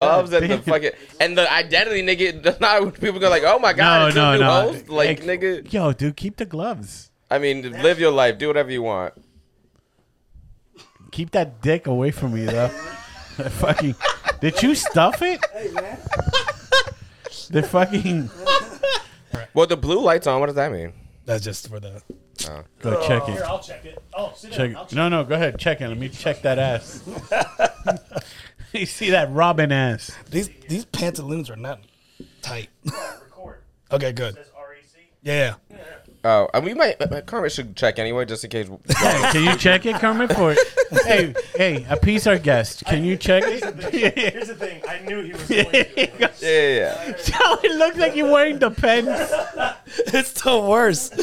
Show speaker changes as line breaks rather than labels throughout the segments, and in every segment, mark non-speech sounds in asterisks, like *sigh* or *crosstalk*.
clubs and the
damn.
fucking and the identity, nigga. *laughs* Not people go like, oh my god, it's a new host. Like,
Ex-
nigga.
Yo, dude, keep the gloves.
I mean, live your life, do whatever you want.
Keep that dick away from me, though. *laughs* fucking. Did you stuff it? The fucking.
Well, the blue light's on. What does that mean?
That's just for the.
Go check it.
Oh, Here, I'll check it. Oh, sit
Check
down. I'll
it. No, no, go ahead. Check it. Let me check
*laughs*
that ass. *laughs* you see that Robin ass?
These these pantaloons are not tight. *laughs*
record.
okay,
It
good.
says RAC.
Yeah, yeah. *laughs*
Oh, and we might. uh, Carmen should check anyway, just in case.
Hey, can you check it, Carmen? For
*laughs*
hey, hey, appease our guest. Can you check it?
*laughs* *laughs*
*laughs*
Here's the thing. I knew he was going to.
Yeah, yeah, yeah.
Oh, it looks like you're wearing the pens.
it's the worst.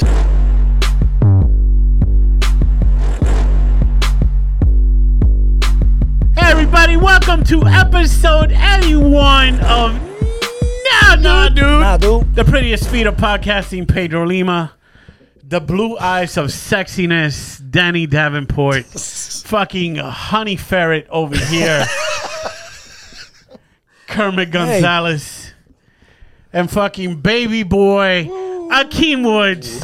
Hey everybody, welcome to episode 81 of Nah Nah Dude.
Nah, dude.
The prettiest feet of podcasting, Pedro Lima. The blue eyes of sexiness, Danny Davenport. Fucking honey ferret over here. Kermit Gonzalez. And fucking baby boy, Akeem Woods.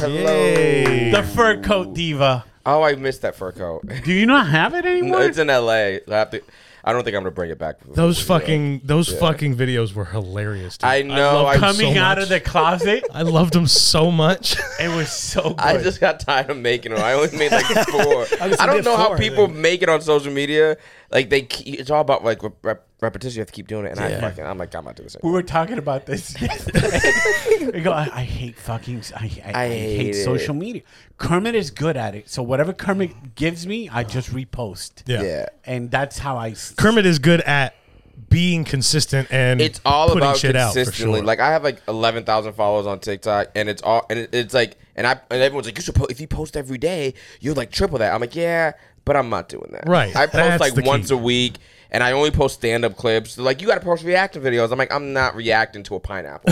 *laughs* Hello.
The fur coat diva.
Oh, I missed that fur coat. *laughs*
Do you not have it
No,
anymore?
it's in L.A. I have to. I don't think I'm gonna bring it back.
*laughs* Those fucking those fucking videos were hilarious. Dude.
I know,
loved
I-
them so
Coming out
much.
of the closet,
I loved them so much. *laughs*
it was so good.
I just got tired of making them. I only made like four. I,
was gonna
don't
say
know how
four, I
people
think.
make it on social media. Like they, ke- it's all about like rep- rep- repetition. You have to keep doing it, and I fucking, I'm like, I'm not doing this.
We
anymore.
were talking about this. *laughs* we go, I, I hate fucking. I, I, I,
I
hate
hate it.
social media. Kermit is good at it, so whatever Kermit gives me, I just repost,
Yeah.
Yeah,
and that's how I. s-
Kermit is good at being consistent and
it's all
putting
about
shit out for
consistently.
sure.
Like I have like eleven thousand followers on TikTok, and it's all and it, it's like and I and everyone's like, you should po- if you post every day, you're like triple that. I'm like, yeah, but I'm not doing that.
Right.
I post
That's the
like
key.
once a week. And I only post stand up clips. They're like, you got to post reaction videos. I'm like, I'm not reacting to a
*laughs*
pineapple.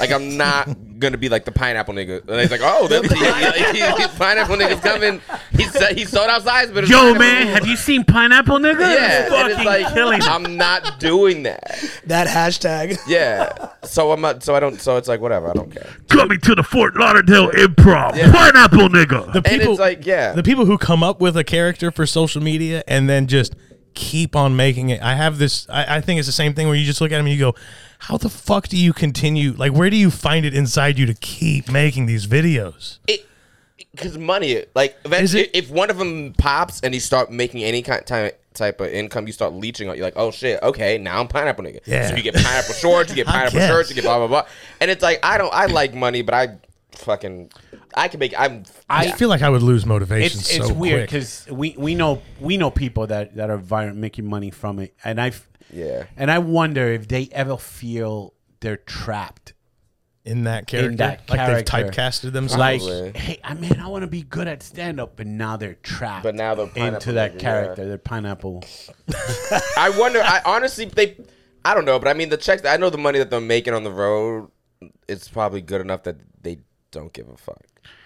like, I'm not going to be like the pineapple nigga. And he's like, oh,
*laughs*
the, *laughs* pineapple nigga's coming. He, sa- he sold out size, but it's
Yo,
pineapple
oh, man,
nigga.
have you seen Pineapple Nigga? It's
Yeah. And it's
fucking
like,
killing. it.
I'm not doing that.
That hashtag.
Yeah. So I'm not. So I don't. So it's like whatever. I don't care.
Coming to the Fort Lauderdale Improv,
Yeah.
Pineapple Nigga.
the
And
people,
it's like yeah.
the people who come up with a character for social media and then just keep on making it. I have this. I, I think it's the same thing where you just look at them and you go, "How the fuck do you continue? Like, where do you find it inside you to keep making these videos?"
Because money, like
Is
eventually,
it-
if one of them pops and you start making any kind type type of income, you start leeching on. You're like, oh shit, okay, now I'm pineapple nigga.
Yeah.
So you get pineapple shorts, you get
*laughs* I
pineapple
guess.
shirts, you get blah blah blah. And it's like I don't. I like money, but I fucking I can make. I'm.
I
I-
feel like I would lose motivation.
it's
so
it's weird
quick.
because we, we know we know people that that are viral making money from it, and I
Yeah.
and I wonder if they ever feel they're trapped
in that character,
in that
like
character.
they've typecasted themselves.
like
Probably.
hey i mean i want to be good at stand up but now they're trapped
But now they're
into
pineapple
that
nigga,
character
yeah.
they're pineapple
I wonder. I honestly, they. I don't know, but I mean, the checks. I know the money that they're making on the road. It's probably good enough that they don't give a fuck.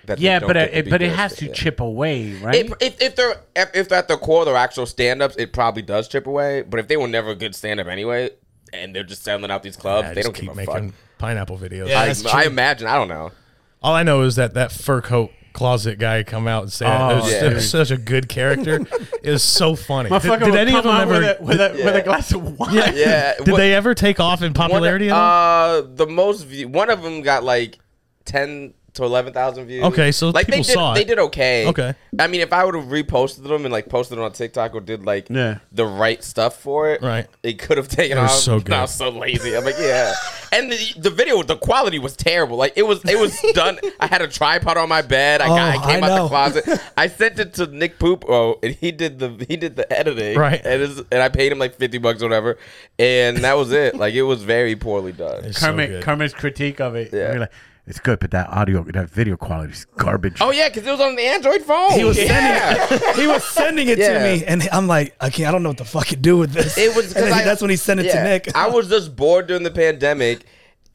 That they
yeah
don't
but
get to
it,
be
but it
good
has
at
to
yeah.
chip away right
If, if, if they're if, if at the core they're actual stand-ups, it probably does chip away. But if they were never good stand-up anyway, and they're just selling out these clubs,
I
they
just
don't
keep
give a fuck.
making pineapple videos.
Yeah.
I,
That's
I
true.
imagine. I don't know.
*laughs*
All I know is that that fur coat closet guy come out and say that.
Oh,
It was
yeah.
su- such a
*laughs*
good character. it was so funny. Did,
Motherfucker
did
will
any of
come
them
out
ever? *laughs*
with a, with, a, with
Yeah.
a glass of wine *laughs*
Yeah.
did
Uh, what-
they ever take off in
One,
popularity? at all?
uh, the most view, one of them got like ten to eleven thousand views.
Okay, so
like
people
they did,
saw it.
They did okay.
Okay.
I mean, if I would have reposted them and like posted them on TikTok or did like
Yeah.
the right stuff for it,
Right.
It could have taken
They were
off.
so
but I was so lazy. I'm like,
*laughs*
yeah. And the, the video, the quality was terrible. Like it was, it
*laughs*
was done. I had a tripod on my bed. I, got,
Oh,
I came
I
out the
know.
*laughs*
closet. I sent it to Nick Poopo, and he did the he did the editing.
Right.
And it's, and I paid him like fifty bucks or whatever, and that was it. like it was very poorly done.
It's so
kermit
good.
kermit's critique of it
Yeah.
You're like, it's good but that audio that video quality is garbage
Oh yeah, because it was on the Android phone.
He was
yeah.
He was sending it
Yeah.
to me, and I'm like, I can't. I don't know what the fuck to do with
*laughs*
this.
It was
*laughs* And
because
then that's when he sent it to Nick.
I was just bored during the pandemic,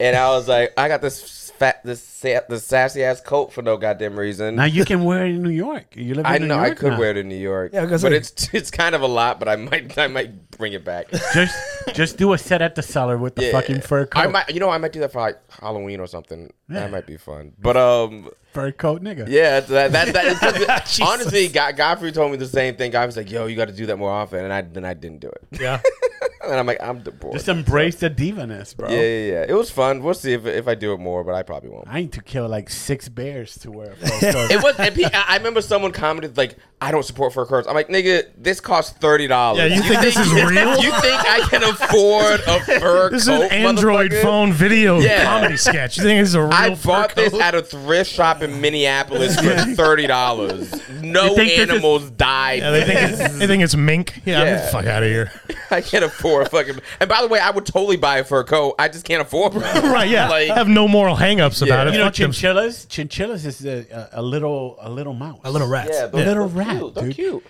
and I was like, I got this fat, this sa- this sassy ass coat for no goddamn reason.
Now you can wear it in New York. You live in
I
New
know I
York
could
now.
wear it in New York,
Yeah, 'cause
but
like-
it's *laughs* it's kind of a lot. But I might I might bring it
*laughs*
back.
Just, just do a set at the cellar with the
Yeah.
fucking fur coat.
I might, you know, I might do that for like Halloween or something. That might be fun. But um,
fur coat, nigga.
yeah, that that,
*laughs*
that is, honestly, God, Godfrey told me the same thing. Godfrey's like, "Yo, you got to do that more often," and I then I didn't do it. *laughs*
Yeah.
and I'm like, I'm bored.
Just embrace the divaness, bro.
yeah, yeah, yeah. It was fun. We'll see if if I do it more, but I probably won't.
I need to kill like six bears to wear a fur coat.
It was. and pe- I I remember someone commented like, "I don't support fur coats." I'm like, "Nigga, this costs thirty dollars."
Yeah, you think
*laughs*
this is real?
You think I can afford a fur
*laughs* This is
coat?
an Android
motherfucker?
phone
*laughs*
video
Yeah.
comedy sketch. You think this is a real
I
fur
bought this
coat?
at a thrift shop in
*laughs*
Minneapolis for thirty dollars. No
You think this is-
animals died.
Yeah,
*laughs*
they think it's, they think it's mink. Yeah, get
Yeah.
the fuck out of
*laughs*
here.
I can't afford a fucking. And by the way, I would totally buy a fur coat. I just can't afford one.
right? Yeah,
Like-
I have no moral hangups about
Yeah.
it.
you know,
Fuck them.
chinchillas. Chinchillas is a, a, a little, a little mouse.
A *laughs* little rats.
those-
Little
those
rat,
cute, those
dude.
Cute.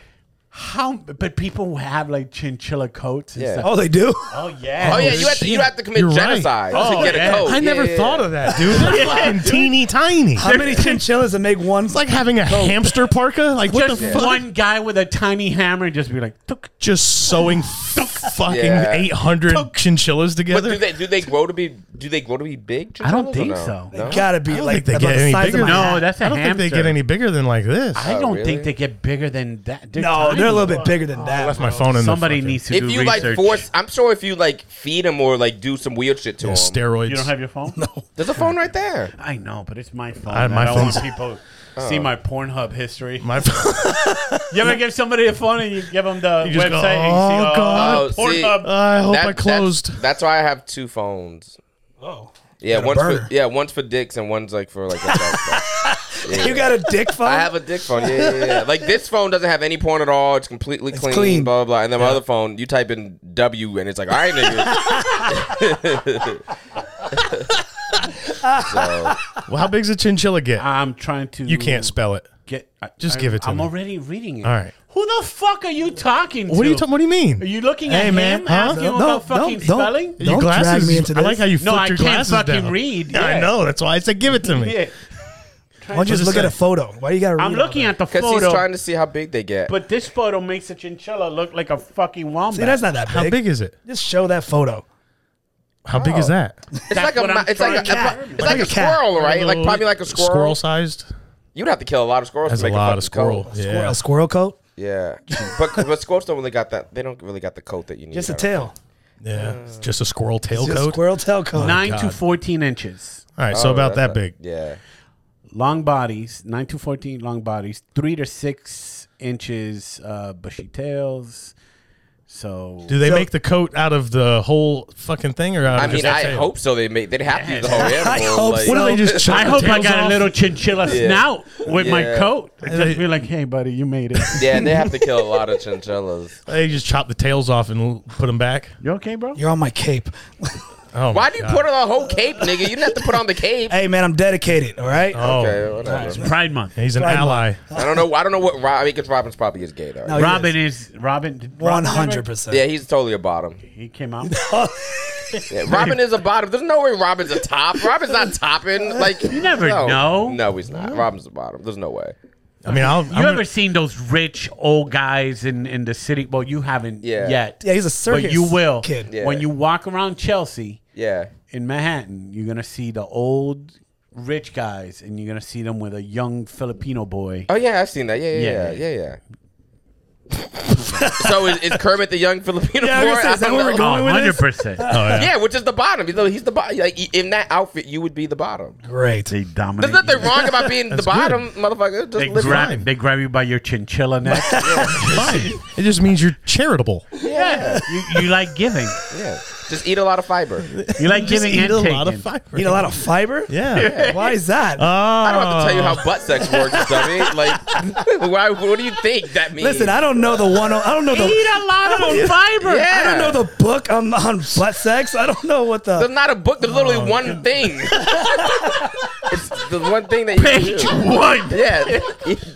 How? But people who have like chinchilla coats and
Yeah.
stuff.
Oh, they do.
Oh yeah.
Oh, yeah, you have to,
shit.
you have to commit
You're right.
genocide
Oh,
to get
yeah.
a coat.
I never
Yeah.
thought of that, dude.
*laughs*
They're fucking teeny tiny. It's
How many chinchillas that make one?
like having a hamster parka. Like what
Just
the fuck?
one guy with a tiny hammer and just be like, "Tuk."
Just sewing fucking
Yeah.
800 chinchillas
But do
together.
they do they grow to be do they grow to be big?
I don't
chinchillas or no?
think so.
No?
gotta be
I don't
like
think they
about
get
the
any
size of
bigger.
my
no,
hat.
that's a
I don't
hamster.
think they get any bigger than like this.
I
Oh,
don't
really?
think they get bigger than that. They're
no, they're a
tiny.
little bit bigger than that.
left Oh, my phone in
Somebody
the fucking-
needs to
If
do
you
research.
like force, I'm sure if you like feed them or like do some weird shit to
Yeah,
them.
steroids.
You don't have your phone? No.
There's a phone right there.
I know, but it's my phone.
I-
and I,
my
don't want
phone's-
*laughs*
people
Oh.
see my Pornhub
*laughs*
history.
my phone.
You ever give somebody a phone and you give them the
You
website?
just go,
and you
"Oh,
see,
God."
Oh, see,
Pornhub.
I hope
That-
I
that's-
closed.
That's, why I have two phones.
Oh.
Yeah,
Got a
one's for,
burner.
yeah, one's for dicks and one's like for like. adult stuff.
You got a dick phone?
I have a dick phone. Yeah, yeah, yeah. Like this phone doesn't have any porn at all. It's completely clean.
clean.
Blah blah. blah. And then my other phone, you type in W and it's like, all right, nigga. so,
Well, how big's a chinchilla get?
I'm trying to.
you can't spell it.
Get, I-
Just
I-
give it to
I'm
me.
already reading it.
All right.
Who the fuck are you talking to?
What are you talking? What do you mean?
Are you looking at
Hey,
him
man, huh?
asking him
No,
about fucking spelling?
Don't
Your
drag
glasses-
me into
I like
this.
how you
No,
flipped
I
your
can't
glasses
fucking
down.
read,
Yeah, I
yeah.
know. That's why I said give it to me.
Yeah.
Why don't you just
What's
look at
it
a
say?
photo? Why you gotta read
I'm
all
looking
that?
at the
because he's
photo,
trying to see how big they get.
but this photo makes a chinchilla look like a fucking wombat.
See, that's not that big.
How big is it?
Just show that photo.
How big is that?
it's like a
what
mo-
I'm
it's like
trying
a,
to
it's
determine.
like a
Like a cat.
squirrel, right? Like
Little
probably like a
Squirrel
squirrel.
sized.
You'd have to kill a lot of squirrels.
That's
to
a
make
lot of
fucking coat.
squirrel.
Squirrel,
Yeah.
a squirrel coat?
Yeah, but but squirrels don't really got that. They don't really got the coat that you need.
Just
I
a
don't
tail.
Yeah. It's just a squirrel tail
Just a
coat.
squirrel tail coat.
nine to
God.
fourteen inches.
All right.
know.
So
Oh,
about
that's
that
not-
big.
Yeah.
long bodies, nine to fourteen long bodies, three to six inches uh, bushy tails. So
Do they
So-
make the coat out of the whole fucking thing or out
I
of
mean,
just
I
the tail?
hope so. They make. They'd have to use the whole animal.
I hope
like-
What do they just? chop
*laughs* I
the
hope I
tails
got a
off?
little chinchilla snout with my
Yeah.
coat. Just
they-
be like, hey, buddy, you made *laughs* it.
Yeah, they have to kill a lot of chinchillas.
They just chop the tails off and l- put them back.
you okay, bro?
You're on my cape. *laughs*
Oh,
Why
my
do you
God.
put on the whole cape, nigga? You didn't have to put on the cape.
Hey man, I'm dedicated, all right?
Oh,
Okay, whatever.
Pride Month.
he's an
Right.
ally.
I don't know. I don't know what. Rob, I mean, because Robin's probably is gay though.
No,
Robin is Robin. did
Oh,
Robin
One hundred
ever-
percent.
Yeah, he's totally a bottom.
He came
*laughs*
out.
Yeah, Robin is a bottom. There's no way Robin's a top. Robin's not topping. Like you
never
no.
know.
No, he's not. Robin's a bottom. There's no way.
I mean, I'll,
You
I'm
ever
gonna,
seen those rich old guys in, in the city? Well, you haven't
Yeah.
yet.
Yeah, he's a circus
But you will.
kid.
Yeah.
When you walk around Chelsea,
Yeah.
in Manhattan, you're gonna see the old rich guys, and you're gonna see them with a young Filipino boy.
Oh yeah, I've seen that. Yeah, yeah, yeah,
Yeah,
yeah, yeah. *laughs* so is, is Kermit the young Filipino
Yeah, I
boy?
was gonna say, is that
don't
where we're
know.
going with this? *laughs*
percent.
Yeah, which is the bottom. You know, he's the bottom. Like i- in that outfit, you would be the bottom.
Great.
They dominate.
There's nothing
you.
wrong about
*laughs*
being the
That's
bottom, motherfucker. Just
They
live
grab,
fine.
they grab you by your chinchilla
*laughs*
neck.
fine. It just means you're charitable.
yeah,
you, you like giving.
yeah. Just eat a lot of fiber.
You like
Just
giving
eat
and
a
taking.
lot of fiber.
Eat a lot of fiber?
Yeah. Uh,
Why is that?
I don't have to tell you
Uh.
how butt sex works, dummy.
*laughs*
Like, why? What do you think that means?
Listen, I don't know the one I don't know the
Eat a lot of fiber.
Yeah.
I don't know the book on on butt sex. I don't know what
There's
the
not a book. There's
Oh,
literally one
*laughs*
thing. it's the one thing that you
Page
do.
one.
Yeah,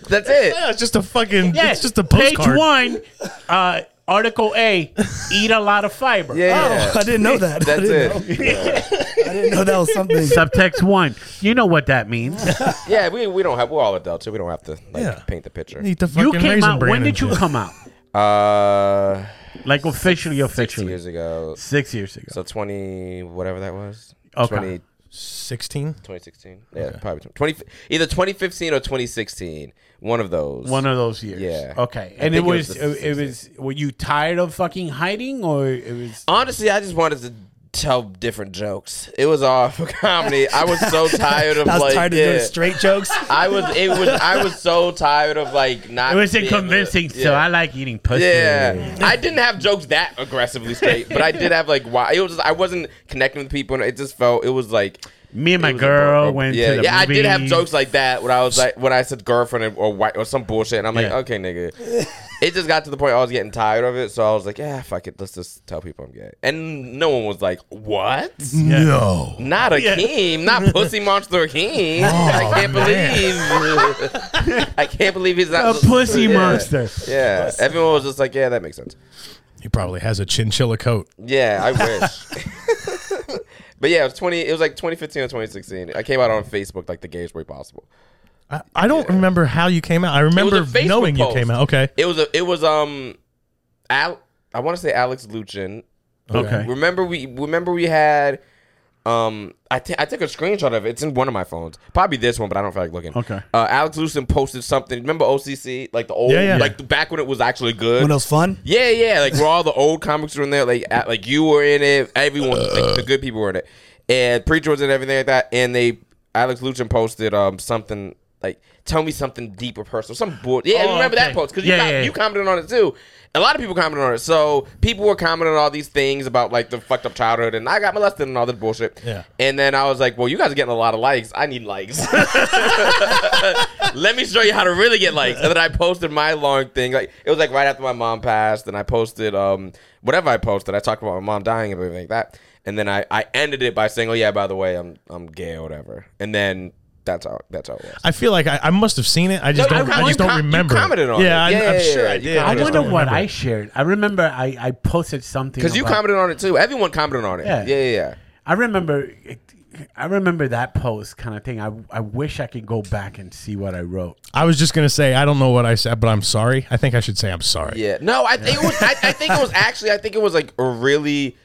that's it.
Oh. Yeah, it's just a fucking.
Yeah,
It's just a
page
postcard.
one. Uh, Article A, eat a lot of fiber.
Yeah,
Oh, I didn't know that. *laughs* I
that's
didn't
it.
Know. I didn't know that was something.
Subtext one. You know what that means.
Yeah, we, we don't have. We're all adults, so we don't have to like
Yeah.
paint the picture.
Eat the
You
fucking
came
Raisin
out.
Bran
When
and
did you
shit.
come out?
Uh,
Like officially,
six
officially.
years ago.
Six years ago.
So twenty, whatever that was.
Okay.
20,
16?
2016. Yeah, probably 20, either 2015 or 2016. One of those.
One of those years.
Yeah.
Okay.
I
And it
think it was
was,
the
it, was, were you tired of fucking hiding or it was,
Honestly, I just wanted to tell different jokes. It was all *laughs* for comedy. I was
*laughs*
so tired of
I was
like
tired of
yeah.
doing straight jokes.
I was it was I was so tired of like not
it wasn't
being able to-
convincing. So
yeah.
I like eating pussy.
Yeah, I didn't have jokes that aggressively straight, but I did have like why it was. Just, I wasn't connecting with people, and it just felt it was like
Me and my
it was a
girl
bro-
went
Yeah,
to the
yeah, I did have
movies.
jokes like that when I was like when I said girlfriend or white or some bullshit, and I'm like,
Yeah.
okay, nigga. it just got to the point I was getting tired of it, so I was like, yeah, fuck it, let's just tell people I'm gay, and no one was like, what?
No.
Not Akeem, not Pussy Monster Akeem.
*laughs*
I
Oh,
can't believe. *laughs* I can't believe he's
A
not
pussy
yeah.
monster.
Yeah, everyone was just like, yeah, that makes sense.
He probably has a chinchilla coat.
Yeah, I wish. *laughs* but yeah, it was twenty. It was like 2015 or 2016. I came out on Facebook like the gayest way possible.
I, I don't remember how you came out. I
It was a
remember
Facebook
knowing
post.
you came out. Okay.
It was a. It was um, Al. I want to say Alex Luchin.
Okay.
Remember we. Remember we had. Um, I t- I took a screenshot of it. It's in one of my phones. Probably this one, but I don't feel like looking.
Okay.
Uh, Alex Luchin posted something. Remember OCC? Like the old,
Yeah, yeah.
like back when it was actually good.
When it was fun.
Yeah, yeah, like where all the old comics were in there, like at, like you were in it, everyone, like the good people were in it, and preacher was in it, everything like that. And they, Alex Luchin posted um something like, "Tell me something deep or personal." Some bull. Yeah,
Oh,
remember
okay.
that post because
Yeah,
you, com-
yeah, yeah.
you commented on it too. A lot of people commented on it, so people were commenting on all these things about like the fucked up childhood, and I got molested and all this bullshit.
Yeah.
And then I was like, "Well, you guys are getting a lot of likes. I need likes." let me show you how to really get likes. And then I posted my long thing. Like it was like right after my mom passed, and I posted um whatever I posted. I talked about my mom dying and everything like that. And then I, I ended it by saying, "Oh yeah, by the way, I'm I'm gay or whatever." And then that's how that's how it was.
I feel like I, I must have seen it. I just
No,
don't.
I-
I,
you
just don't
com- you
remember.
commented on
yeah,
it.
I'm,
Yeah,
I'm
yeah,
sure
yeah,
I
you
did.
I
commented
just
wonder
don't
what
remember.
I shared. I remember I, I posted something.
Because you
about-
commented on it too. Everyone commented on it.
Yeah.
Yeah, yeah, yeah.
I remember, I remember that post kind of thing. I, I wish I could go back and see what I wrote.
I was just gonna say I don't know what I said, but I'm sorry. I think I should say I'm sorry.
Yeah. No, I think it was. I, I think it was
*laughs*
actually. I think it was like a really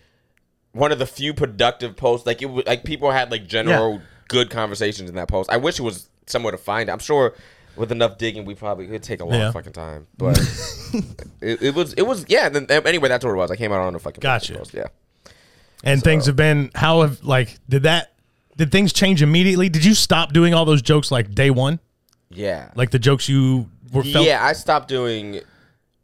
one of the few productive posts. Like it was like people had like general
Yeah.
good conversations in that post. I wish it was somewhere to find. I'm sure with enough digging, we probably it'd take a long
Yeah.
fucking time.
*laughs*
But it, it was. It was. Yeah. Then anyway, that's what it was. I came out on a fucking
Gotcha.
post. Yeah.
And things have been how have like did that did things change immediately? Did you stop doing all those jokes like day one?
Yeah.
Like the jokes you were felt.
yeah. I stopped doing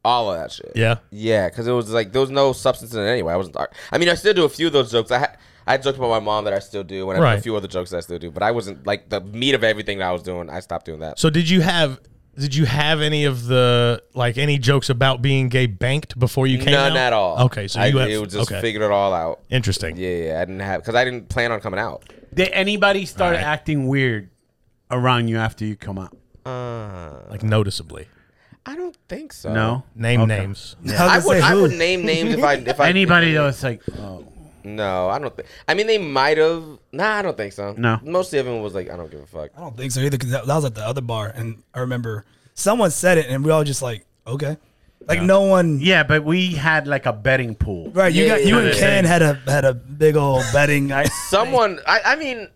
all of that shit.
Yeah.
Yeah, because it was like there was no substance in it anyway. I wasn't. I mean, I still do a few of those jokes. I ha- I had jokes about my mom that I still do, and I do
Right.
a few other jokes that I still do. But I wasn't like the meat of everything that I was doing. I stopped doing that.
So did you have did you have any of the like any jokes about being gay banked before you came out?
None at all.
Okay, so
I,
you have,
it was just
okay.
figured it all out.
Interesting.
Yeah, yeah, I didn't have because I didn't plan on coming out.
Did anybody start
All right.
acting weird around you after you come out?
Like noticeably.
I don't think so.
No.
Name names.
I
I, was
would.
gonna say
I
who.
would name names if I if I
Anybody that was like, oh,
No, I don't. Th- I mean, they might have. Nah, I don't think so.
No.
mostly everyone was like, I don't give a fuck.
I don't think so either because that, that was at the other bar, and I remember someone said it, and we all just like, okay, like no one.
yeah, but we had like a betting pool.
Right, you
Yeah,
got
yeah,
you
yeah.
and Ken had a had a big old betting. I,
Someone, I, I mean,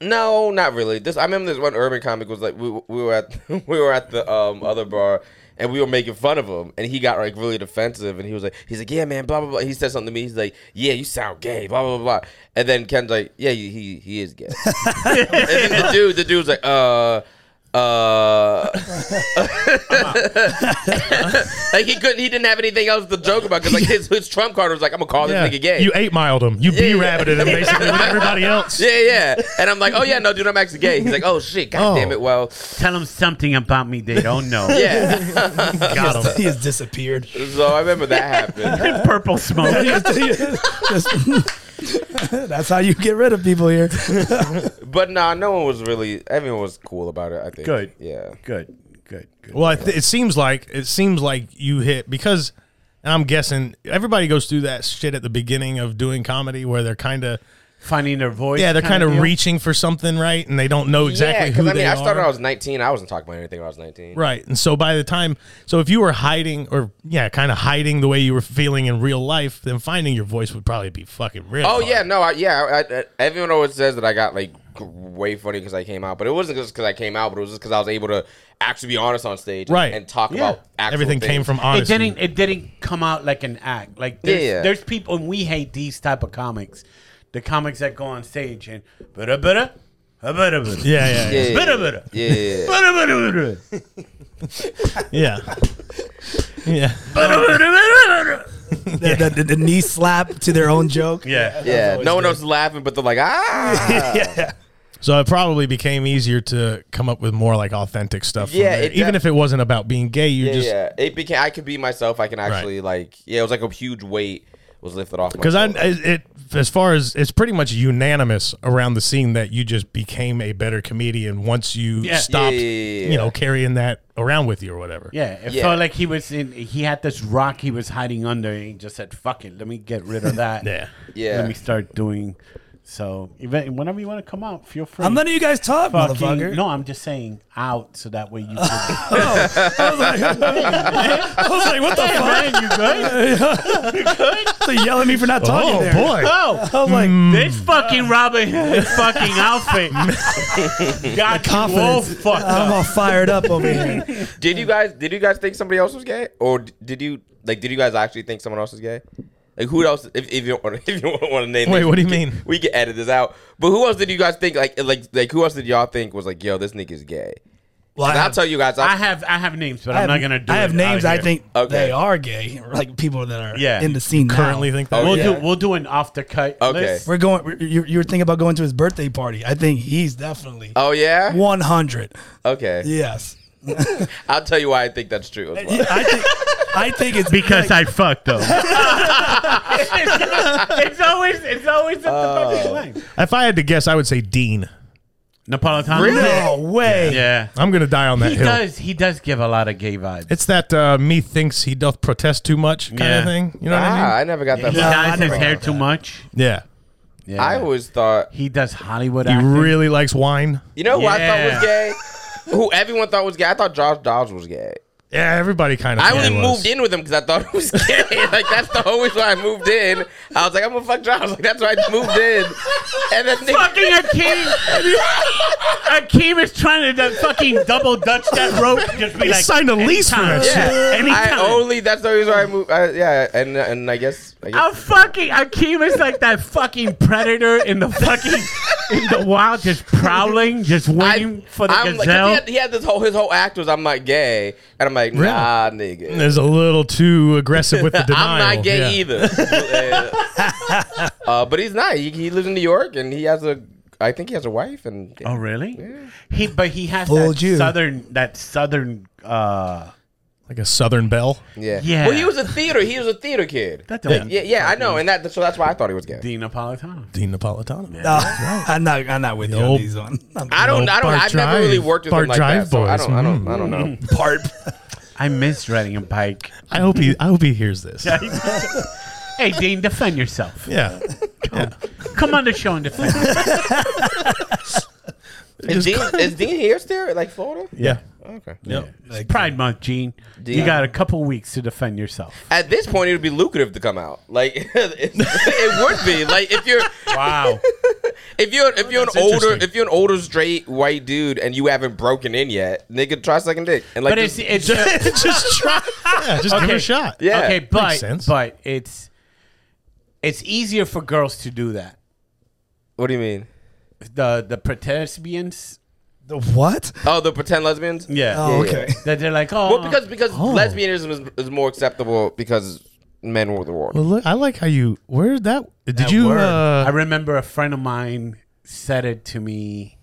no, not really. This I remember this one urban comic was like we, we were at *laughs* we were at the um, other bar and we were making fun of him and he got like really defensive and he was like he's like yeah man blah blah blah he said something to me he's like yeah you sound gay blah blah blah and then Ken's like yeah he he, he is gay and then the dude the dude's like uh. Uh, *laughs* like he couldn't, he didn't have anything else to joke about because like his, his trump card was like, I'm gonna call this nigga gay.
You eight miled him. You b rabbited him basically
*laughs*
with everybody else.
Yeah, yeah. And I'm like, oh yeah, no, dude, I'm actually gay. He's like, oh shit, god
Oh.
damn it. Well,
Tell them something about me they don't
*laughs*
know.
*laughs*
yeah.
Got him.
he has disappeared. *laughs*
so I remember that happened.
*laughs* Purple smoke.
Just- that's how you get rid of people here.
But nah, no one was really. Everyone was cool about it. I think.
Good.
Yeah.
Good. Good. Good.
Well, I th- it seems like it seems like you hit because And I'm guessing everybody goes through that shit at the beginning of doing comedy where they're kind of
finding their voice.
yeah, they're kind of
deal.
reaching for something, right? And they don't know exactly
yeah,
who
I mean,
they
I started
are.
when I was 19. I wasn't talking about anything when I was 19.
Right. And so by the time, so if you were hiding or, yeah, kind of hiding the way you were feeling in real life, then finding your voice would probably be fucking real.
Oh yeah, no, I, yeah. I, I, everyone always says that I got like g- way funny because I came out, but it wasn't just because I came out, but it was just because I was able to actually be honest on stage, and-
Right.
and talk
Yeah.
about actual
Everything came
things.
from
It
honesty.
didn't. It didn't come out like an act. Like there's,
Yeah, yeah.
there's people, and we hate these type of comics, the comics that go on stage and bada bada, uh, bada bada,
Yeah, yeah, yeah.
Yeah, yeah,
bada bada,
yeah, yeah,
*laughs*
yeah.
bada bada
*laughs*
bada,
Yeah. yeah. *laughs*
bada bada bada bada.
The, the, the, the knee slap to their own *laughs* joke.
Yeah.
*laughs*
Yeah, no one else is laughing, but they're like, ah,
So it probably became easier to come up with more like authentic stuff. from
Yeah,
there.
it
even
def-
if it wasn't about being gay, you
yeah,
just
yeah. It became I could be myself. I can actually like, yeah, it was like a huge weight was lifted off.
because I
myself.
it it- as far as it's pretty much unanimous around the scene that you just became a better comedian once you
Yeah.
stopped,
Yeah, yeah, yeah,
you know,
yeah.
carrying that around with you or whatever.
Yeah, it
Yeah.
felt like he was in. He had this rock he was hiding under, and he just said, "Fuck it, let me get rid of that."
Yeah.
Yeah.
Let me start doing. So, even whenever you want to come out, feel free.
I'm letting you guys talk, motherfucker.
No, I'm just saying out, so that way you. Can,
I was like, I was
*laughs*
like, what the
hey,
fuck?
man, you good?
So you yelling at me for not talking
Oh
there.
boy.
*laughs* Oh,
I was like,
This fucking Robin Hood fucking
*laughs*
outfit got you all
confidence.
fucked
I'm
up.
all fired up over here.
*laughs* Did you guys? Did you guys think somebody else was gay, or d- did you like? Did you guys actually think someone else was gay? Like who else? If, if you don't- *laughs* if you don't want to name,
Wait,
names,
what do
we
you
can-
mean?
we can edit this out. But who else did you guys think like like like who else did y'all think was like yo this nigga's gay?
Well,
And I'll tell you guys. I,
I have I have names, but
I
I'm not
have,
gonna do.
I have
it out
names I
here.
think
Okay.
they are gay, like people that are
Yeah.
in the scene now.
Currently think that.
Oh,
We'll
yeah.
do we'll do an off the cut
Okay.
list.
We're going. we're- You, you were thinking about going to his birthday party. I think he's definitely
oh yeah.
100.
Okay.
Yes,
I'll tell you why I think that's true. As well.
I think. I think
*laughs*
it's *laughs*
Because I fucked though. it's, *laughs* it's always it's always at the fucking line.
If I had to guess, I would say Dean.
Napolitano.
no way.
Yeah.
I'm gonna die on that
He
hill.
does he does give a lot of gay vibes.
It's that uh, me thinks he doth protest too much kind
Yeah.
of thing. You know what I
Ah,
mean?
I never got that.
he
vibe.
dyes
I
his
never
hair
thought
too much.
Yeah.
Yeah.
I always thought
he does Hollywood
He
acting.
really likes wine.
you know who I thought
Yeah.
was gay. Who everyone thought was gay. I thought Josh Dodds was gay.
Yeah, everybody kind of.
I only moved in with him because I thought it was *laughs* gay. like that's the whole reason why I moved in. I was like, I'm gonna fuck Josh. Like that's why I moved in. And then nigga,
fucking Akeem. Akeem is trying to du- fucking double dutch that rope. Just be
He
like,
signed a lease for
anytime,
that shit.
yeah,
I
Anytime.
only that's the reason why I moved. I, yeah, and and I guess, I guess
I'm fucking Akeem is like that fucking predator in the fucking in the wild, just prowling, just waiting for the
I'm like, 'cause
gazelle.
he, had, he had this whole his whole act was I'm not gay, and I'm like, nah, nigga,
There's a little too aggressive with the
I'm
denial.
not gay
yeah.
either. *laughs* uh, but he's not. He, he lives in New York, and he has a. I think he has a wife, and
oh really? He but he has
Fooled
that
you.
southern that southern. uh
Like a Southern Belle.
yeah.
Yeah.
Well, he was a theater. He was a theater kid.
That don't
yeah, yeah, I know, and that so that's why I thought he was gay.
Dean Napolitano.
Dean Napolitano.
No, I'm not. I'm not with you
Nope.
on these one. I'm
I don't.
No,
I don't.
Bart
I've never really
Drive.
worked with
Bart
him like that.
Drive
So I
boys. mm.
don't. I don't. I don't
*laughs*
know.
part.
I miss riding a bike.
I hope he. I hope he hears this. Yeah.
hey Dean, defend yourself.
yeah.
Come on the show and
*laughs*
defend. yourself.
Is Dean, is Dean here still? Like Florida? Okay.
Yep.
Like,
Pride Month, Gene. You
Yeah.
got a couple weeks to defend yourself.
*laughs*
At this point, it would be lucrative to come out. Like *laughs* it, it would be. Like if you're
Wow.
if you're if you're an
That's
older
interesting.
if you're an older straight white dude and you haven't broken in yet, nigga, try sucking dick. And like,
but it's
just-
*laughs*
it's
just try. Yeah, just give it a shot.
yeah.
okay, but
sense.
but it's it's easier for girls to do that.
What do you mean?
The the pretespians.
the what?
Oh, the pretend lesbians.
Yeah.
Oh, okay.
That they're like, oh,
Well, because because lesbianism is, is more acceptable because men rule the world.
Well, look, I like how you. Where that? Did
That
you?
word.
I
Uh,
remember a friend of mine said it to me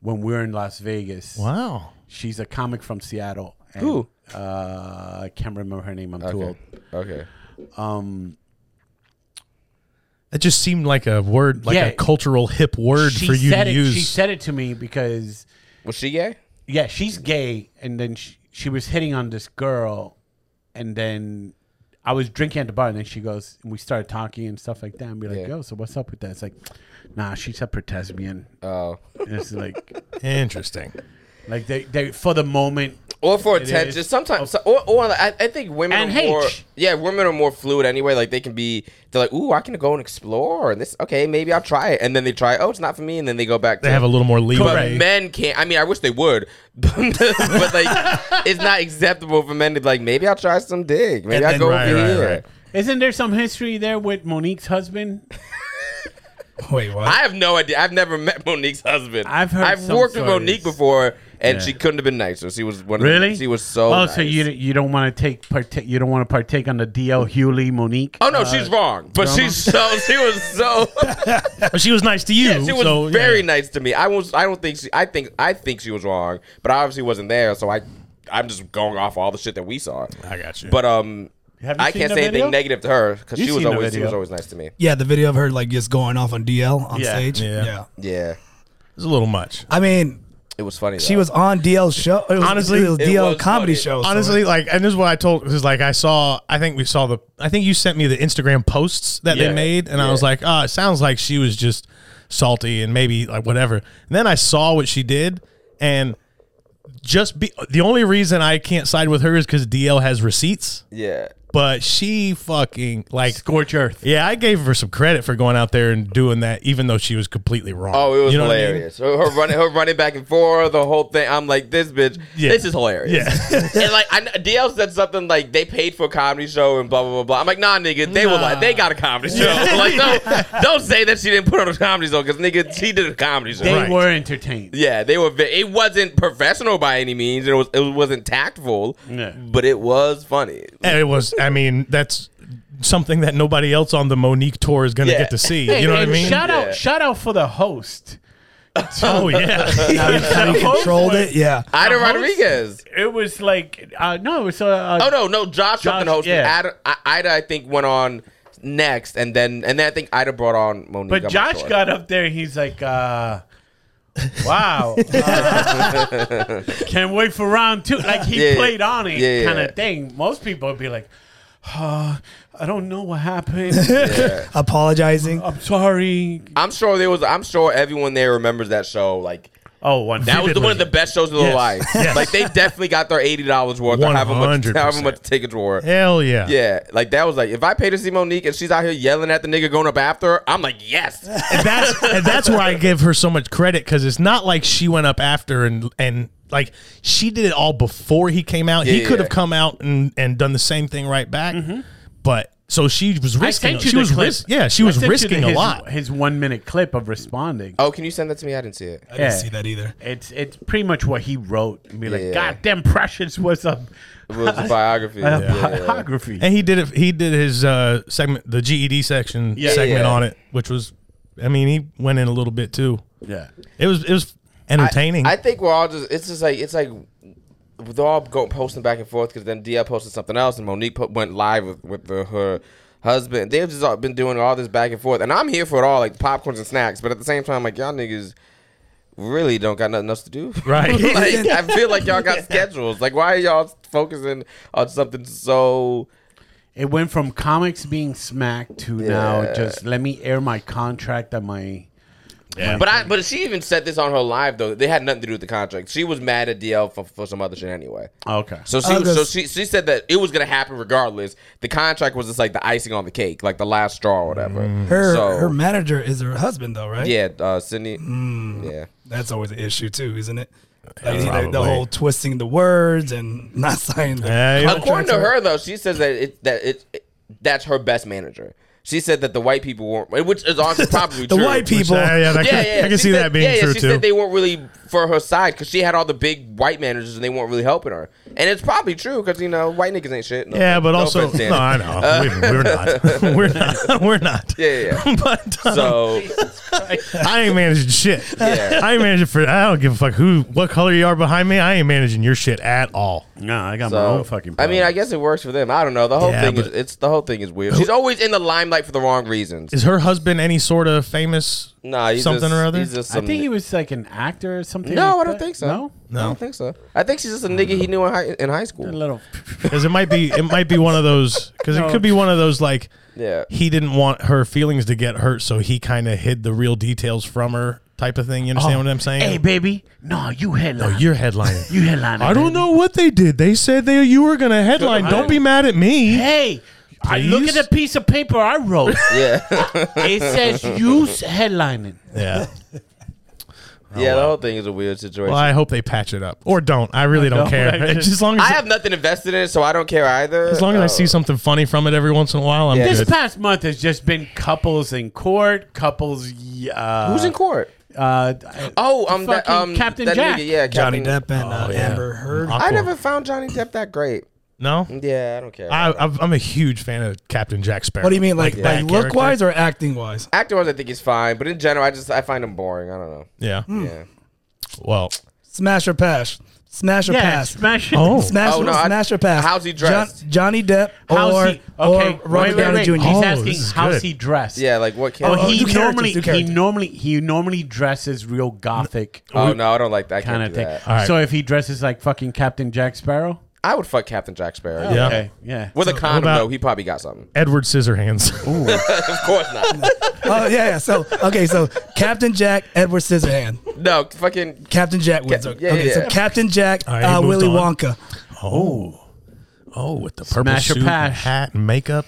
when we were in Las Vegas.
wow.
She's a comic from Seattle. and,
Who?
Uh, I can't remember her name. I'm too old.
Okay. Okay.
Um,
That just seemed like a word, like
Yeah.
a cultural hip word
she
for you
said
to
it.
use.
She said it to me because
Was she gay?
yeah, she's gay, and then she, she was hitting on this girl, and then I was drinking at the bar, and then she goes, and we started talking and stuff like that, and be like,
Yeah.
"Yo, so what's up with that?" It's like, "Nah, she's a pertesbian."
Oh.
And it's like,
Interesting.
like they, they for the moment,
Or for
It
attention.
is. Oh.
sometimes, so- or, or I, I think women
And
are more.
H.
Yeah, women are more fluid anyway. Like they can be. They're like, ooh, I can go and explore. And this, okay, maybe I'll try it. And then they try. it. Oh, it's not for me. And then they go back.
They
to,
have a little more
But
leeway.
men can't. I mean, I wish they would, *laughs* but
*laughs*
like, it's not acceptable for men to be like. Maybe I'll try some dig. Maybe
And
I'll
then-
go
Right,
over
right,
here.
right.
isn't there some history there with Monique's
*laughs*
husband?
*laughs* Wait, what?
I have no idea. I've never met Monique's husband.
I've heard
I've
some
worked with
stories.
Monique before, and
Yeah.
she couldn't have been nicer. She was one. Of
Really?
The, she was so.
Oh, so
nice.
you you don't want to take partake you don't want to partake on the DL Hewley Monique?
Oh no, she's
Uh,
wrong. But she's so. She was so.
*laughs*
But she was nice to you.
she was
so, yeah.
very nice to me. I was. I don't think she. I think. I think she was wrong, but I obviously wasn't there. So I. I'm just going off all the shit that we saw.
I got you.
But um,
Have you
I
seen
can't
the
say anything
video?
negative to her because
You've
she was
seen the
always she
video.
was always nice to me.
yeah, the video of her like just going off on DL on
Yeah.
stage.
Yeah.
Yeah,
it's a little much.
I mean,
it was funny.
she
though.
was on DL's show. It was,
Honestly,
it was
it
DL
was
comedy
funny.
show. so-
Honestly, like, and this is what I told is like I saw. I think we saw the. I think you sent me the Instagram posts that
Yeah.
they made, and I was
Yeah.
like, oh, it sounds like she was just salty and maybe like whatever. And then I saw what she did, and just be the only reason I can't side with her is because DL has receipts,
Yeah.
but she fucking like.
Scorch Earth.
Yeah, I gave her some credit for going out there and doing that, even though she was completely wrong.
Oh, it was
You know what I mean?
hilarious. her, her running, her running back and forth, the whole thing. I'm like, this bitch,
Yeah.
this is hilarious.
Yeah. *laughs*
and like, I, kn- DL said something like they paid for a comedy show and blah blah blah blah. I'm like, nah, nigga, they were like, they got a comedy
*laughs*
show. like, don't, don't say that she didn't put on a comedy show because nigga, she did a comedy show.
They
Right.
were entertained.
Yeah, they were. ve- It wasn't professional by any means. It was. It wasn't tactful.
Yeah.
But it was funny.
And it was, I mean, that's something that nobody else on the Monique tour is going to
Yeah.
get to see.
Hey,
you know what I
and
mean?
Shout
Yeah.
out shout out for the host.
*laughs* oh, yeah.
How he- how he
The host
controlled
was-
it. Yeah.
Ida
host?
Rodriguez.
It was like uh, no, it was uh, uh,
Oh no, no, Josh, something hosted.
yeah.
Ida, I- Ida, I think went on next, and then and then I think Ida brought on Monique. I'm
But
not
Josh
sure.
got up there. He's like, uh, "Wow,
*laughs*
uh, can't wait for round two. Like he
Yeah,
played on it,
yeah,
kind
yeah.
of thing. Most people would be like, "Huh, "I don't know
*laughs*
what happened.
Apologizing.
I'm sorry."
I'm sure there was. I'm sure everyone there remembers that show. Like
Oh, one.
that was the, one of the best shows of their
Yes.
life.
Yes.
Like they definitely got their eighty dollars worth. Or however much,
100%.
however much the tickets were.
Hell yeah.
Yeah, like that was like if I pay to see Monique and she's out here yelling at the nigga going up after, her, I'm like
*laughs*
yes.
And that's, and that's where I give her so much credit because it's not like she went up after and, and, like she did it all before he came out. he
Yeah,
could
yeah.
have come out and, and done the same thing right back, but so she was risking.
Mm-hmm. sent you
She
the
was
clip.
ris- yeah, she
I
was
sent you
risking
the-
a
his-
lot.
His one minute clip of responding.
oh, can you send that to me? I didn't see it.
I didn't
Yeah.
see that either.
It's it's pretty much what he wrote. And be like,
Yeah.
"God damn, Precious was a,
It was
*laughs*
a biography.
a
Yeah.
biography."
And he did it. He did his uh, segment, the GED section
Yeah.
segment
Yeah.
on it, which was, I mean, he went in a little bit too.
yeah.
It was it was entertaining. uh,
I think we're all just. It's just like it's like they're all going posting back and forth because then DL posted something else and Monique put, went live with with the, her husband. They've just all been doing all this back and forth, and I'm here for it all, like popcorns and snacks. But at the same time, like y'all niggas really don't got nothing else to do,
*laughs*
*laughs*
Right.
like I feel like y'all
*laughs*
got schedules. Like why are y'all focusing on something so?
It went from comics being smacked to now
Yeah.
just let me air my contract at my.
But I but she even said this on her live though. They had nothing to do with the contract. She was mad at DL for, for some other shit anyway.
Okay.
So she
Oh,
was- so
'cause-
she she said that it was gonna happen regardless. The contract was just like the icing on the cake, like the last straw or whatever.
Mm. Her
so,
her manager is her husband though, right?
yeah, uh, Sydney.
Mm.
Yeah,
That's always an issue too, isn't it? Like, the- the,
probably.
whole twisting the words and not signing the
Yeah, you know,
according to her though, she says that it that it, it- that's her best manager. She said that the white people weren't, which is
*laughs*
honestly probably
the
true.
white
which,
people.
yeah, yeah, that
Yeah,
could-
yeah,
I can
she
see
said-
that being
yeah, yeah,
true
She
too.
said they weren't really for her side because she had all the big white managers and they weren't really helping her. And it's probably true because you know white niggas ain't shit. No,
yeah, but
no
also,
offense, Dan.
no,
*laughs*
I know we, are not, we're not, we're not.
Uh. Yeah, yeah, yeah.
but um, *laughs*
so
I ain't managing shit.
Yeah.
I ain't managing for. I don't give a fuck who, what color you are behind me. I ain't managing your shit at all.
No, I got
So, I mean, I guess it works for them. I don't know. The whole
Yeah,
thing is
but-
it's the whole thing is weird. She's always in the limelight for the wrong reasons.
Is her husband any sort of famous
Nah, he's
Something
just-
or other?
He's just
I
some,
think he was like an actor or something.
no, I
like
don't
that.
think so.
No,
I
No.
don't think so. I think she's just a nigga he knew in high, in high
a
school.
little.
Because it might be it might be one of those because
No.
it could be one of those like
Yeah.
he didn't want her feelings to get hurt, so he kind of hid the real details from her type of thing. You understand what I'm saying?
Oh, Hey, baby. No, you headline.
Oh, You're headlining.
you headline.
I don't know what they did. They said they you were gonna headline. Don't be mad at me.
Hey, I look at
Please?
the piece of paper I wrote.
*laughs*
Yeah. *laughs*
Oh,
it *laughs* says you headlining.
Yeah.
yeah, the whole thing is a weird situation.
Well, I hope they patch it up or don't. I really don't
don't.
care.
I just-
Just as long as
I have nothing invested in it, so I don't care either. Oh.
as long as I see something funny from it every once in a while, I'm
Yeah.
good.
This past month has just been couples in court, couples. y- Uh,
who's in court.
Uh,
Oh, um, that,
Fucking
um,
Captain
that
Jack.
Nigga, yeah,
Johnny
Captain-
Depp and uh,
Oh, yeah.
Amber Heard.
Aqua.
I never found Johnny Depp that great.
no.
Yeah, I don't care.
I, I've- I'm a huge fan of Captain Jack Sparrow.
What do you mean, like, like,
that
look
character?
wise or acting wise?
Actor wise, I think he's fine, but in general, I just I find him boring. I don't know.
Yeah.
Yeah.
Well,
Smash or pass? Smash or
yeah,
pass?
smash it.
oh,
Smash,
Oh, no, I-
smash or pass?
how's he dressed?
Johnny Depp
How's
or,
he? Okay,
or
wait,
Robert
wait,
Downey
wait.
Jr.
He's
Oh,
asking
this is
how's
good.
he dressed.
Yeah, like what
Oh,
character?
Oh,
he
do characters,
normally
do
he
characters.
normally he normally dresses real gothic
oh no, I don't like that. I can't
kind of
do
thing.
that.
All right.
So if he dresses like fucking Captain Jack Sparrow,
I would fuck Captain Jack Sparrow.
Yeah.
okay, yeah.
With a condom
about-
though, he probably got something. *laughs*
Edward Scissorhands.
of course not.
*laughs*
Oh yeah, yeah. So okay, so Captain Jack, Edward Scissorhand,
no, fucking
Captain Jack wins.
Cap-
okay,
yeah, yeah,
so
yeah.
Captain Jack,
All right, he
uh,
moved
Willy
on.
Wonka.
oh, oh, with the purple
Smash or
suit, and
pash?
hat, and makeup.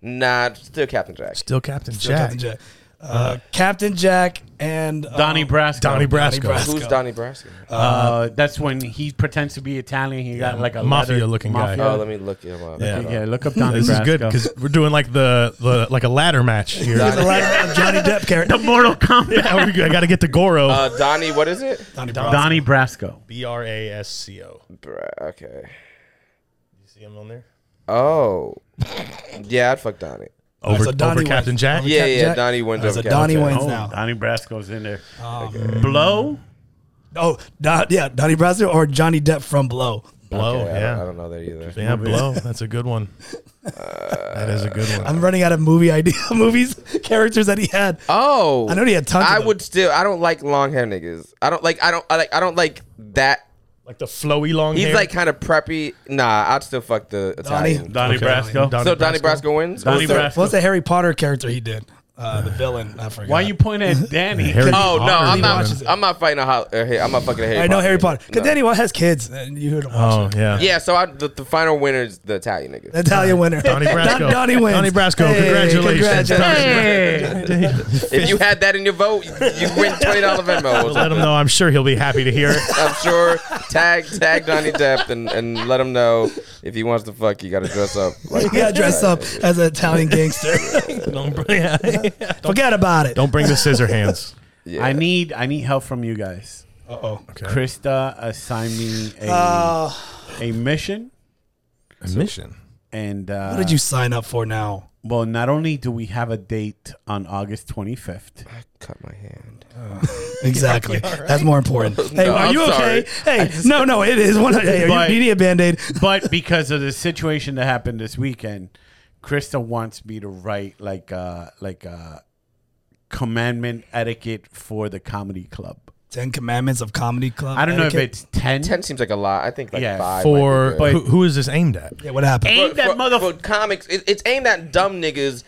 nah, still Captain Jack.
Still Captain
So
Jack.
Captain Jack, uh, Captain Jack, and uh,
Donnie Brasco.
Donnie Brasco.
Brasco.
Who's
go.
Donnie Brasco?
Uh, that's when he pretends to be Italian. He got like a
Mafia
leather-
looking guy.
oh,
mafia.
let me look him up.
Yeah.
Hold on.
yeah, look up Donnie
This
Brasco.
is good because we're doing like the, the like a
*laughs*
ladder match here.
There's
*laughs*
a lot of Johnny Depp character.
the *laughs* Mortal Kombat.
Yeah, we- I got to get to Goro.
Uh, Donnie, what is it?
Donnie
Donnie Brasco.
B R A S C O. You
Bra- okay.
see him on there?
Oh, yeah, I'd fuck Donnie.
Over,
so Donnie
over
wins.
Captain Jack.
Yeah,
Captain
yeah,
Jack?
Donnie wins over
So
Captain
Donnie
Jack.
wins
Oh,
now. Um,
Donnie Brasco's in there. Blow.
Oh, Don, yeah, Donnie Brasco or Johnny Depp from Blow.
Blow.
Okay, I don't- I
yeah.
don't know that either.
Yeah, blow. That's a
*laughs*
good one. that is a good one.
I'm running out of movie *laughs* idea movies characters that he had.
Oh,
I know he had tons of
I
them.
would still. I don't like long hair niggas. I don't like. I don't. I like. I don't like that.
like the flowy long
He's
hair.
like kind of preppy. Nah, I'd still fuck the
Donnie.
Italian.
Donnie
Okay.
Brasco.
Don-
So Donnie Brasco wins.
Donnie
Also-
Brasco.
What's the Harry Potter character he did? Uh,
*sighs*
the villain. I forgot.
Why you pointing at Danny?
Harry-
Oh no, I'm not.
Watches it.
I'm not fighting a. Ho- uh, hey, I'm not fucking a Harry.
I know Harry
nigga.
Potter. Because
No.
Danny White has kids. And you heard him watch
Oh yeah.
Yeah, so I, the, the final winner is the Italian nigga.
Italian winner.
Donnie
*laughs*
Brasco.
Don, Donnie wins.
Donnie Brasco.
Hey,
congratulations.
Hey.
If you had that in your vote, you
*laughs*
win twenty dollar Venmo. or
*laughs* Let him
something.
know. I'm sure he'll be happy to hear it.
I'm sure. Tag tag Donnie Depp and, and let him know if he wants to fuck. You got to dress
*laughs*
up. Like
You gotta dress up as an Italian gangster.
*laughs*
Don't bring, yeah.
Forget about it.
*laughs* Don't bring the scissor hands.
Yeah.
I need I need help from you guys.
Uh-oh.
Krista assigned me a,
Uh,
a mission,
Mission.
and uh,
what did you sign up for now?
Well, not only do we have a date on August 25th,
cut my hand.
*laughs* Exactly. That's more *laughs* important. Hey,
No,
are
I'm
you okay? Hey,
just-
no, no, it is one. Hey, are
But-
you, you need a band aid.
but because of the situation that happened this weekend, Krista wants me to write like uh like a commandment etiquette for the comedy club.
*laughs* Ten Commandments of Comedy Club.
I don't know if
etiquette?
it's 10.
Ten seems like a lot. I think like
Yeah,
five. might
For
be good.
who, who is this aimed at?
Yeah, what happened?
Ain't that
for,
motherfucker.
for comics. It, it's aimed at dumb niggas.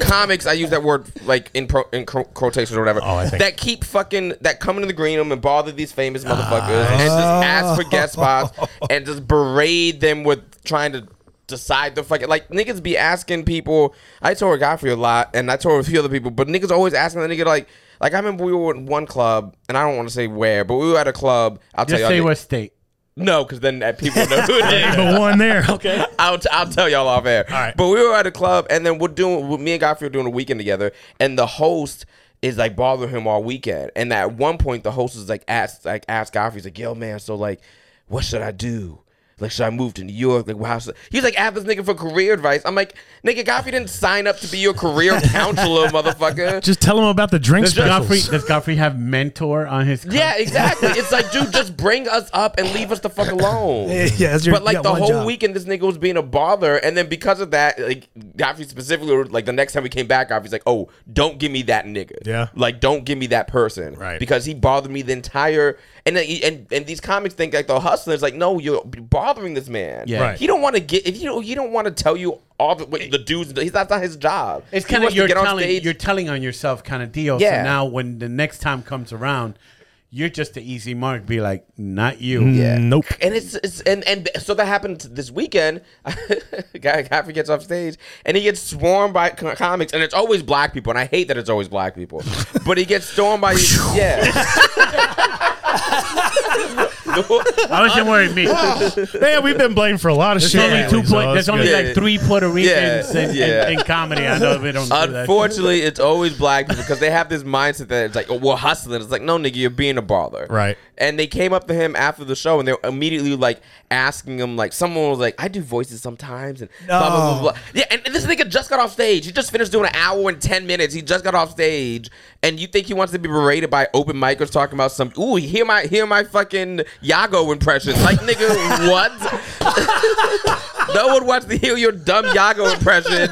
*laughs* comics. I use that word like in pro, in cro- quotations or whatever.
Oh, I think-
That keep fucking that come into the green room and bother these famous motherfuckers and just ask for guest spots and just berate them with trying to decide the fucking like niggas be asking people. I told Godfrey a lot and I told a few other people, but niggas always asking the nigga like. Like I remember we were in one club, and I don't want to say where, but we were at a club. I'll
Just
tell
say
you.
what state.
No, because then uh, people know who it
*laughs*
is.
The one there. Okay.
I'll, t- I'll tell y'all off air. All
right.
But we were at a club, and then we're doing, me and Godfrey were doing a weekend together, and the host is like bothering him all weekend. And at one point, the host is like, asked, like, asked Godfrey, he's like, yo, man, so like, what should I do? Like, should I move to New York? Like, wow. should- He's like, ask this nigga for career advice. I'm like, nigga, Godfrey didn't sign up to be your career counselor, motherfucker.
Just tell them about the drink
Does Godfrey,
specials.
does Godfrey have mentor on his? Con-
Yeah, exactly. It's like, dude, just bring us up and leave us the fuck alone.
*laughs* Yeah, yeah, that's your-
but
you
like
got
the
one
whole
job.
weekend, this nigga was being a bother, and then because of that, like Godfrey specifically, like the next time we came back, Godfrey's like, "Oh, don't give me that nigga.
Yeah.
like don't give me that person.
Right.
because he bothered me the entire. And then he- and and these comics think like the hustlers, like, no, you're bothering this man.
Yeah.
Right.
he don't want to get. If you don't, he don't want to tell you all the what the dudes. He's that's not his job.
It's
He
kind of
wants to
you're
get on
telling
stage-
you're telling on yourself kind of deal.
Yeah.
So now when the next time comes around, you're just the easy mark. Be like, not you.
Yeah.
Nope.
And it's, it's and and so that happened this weekend. *laughs* Guy Godfrey gets off stage and he gets swarmed by co- comics, and it's always black people, and I hate that it's always black people. But he gets stormed by yeah. *laughs*
I wasn't worried. *laughs* Me. There's
Man, we've been blamed for a lot of shit.
only
lately,
two.
so
Pla-
that's
there's only
good.
good.
like three Puerto Ricans
Yeah.
in, in-
Yeah.
in comedy. I know we don't do that.
Unfortunately, it's always black people because they have this mindset that it's like, oh, we're hustling. It's like, no, nigga, you're being a bother.
Right.
And they came up to him after the show and they were immediately like asking him, like, someone was like, I do voices sometimes and blah, blah, blah,
No.
blah. Yeah, and, and this nigga just got off stage. He just finished doing an hour and 10 minutes. He just got off stage. And you think he wants to be berated by open micers talking about some, ooh, hear my, hear my fucking Yago impressions. Like, nigga, *laughs* what? no one wants to hear your dumb Yago impression.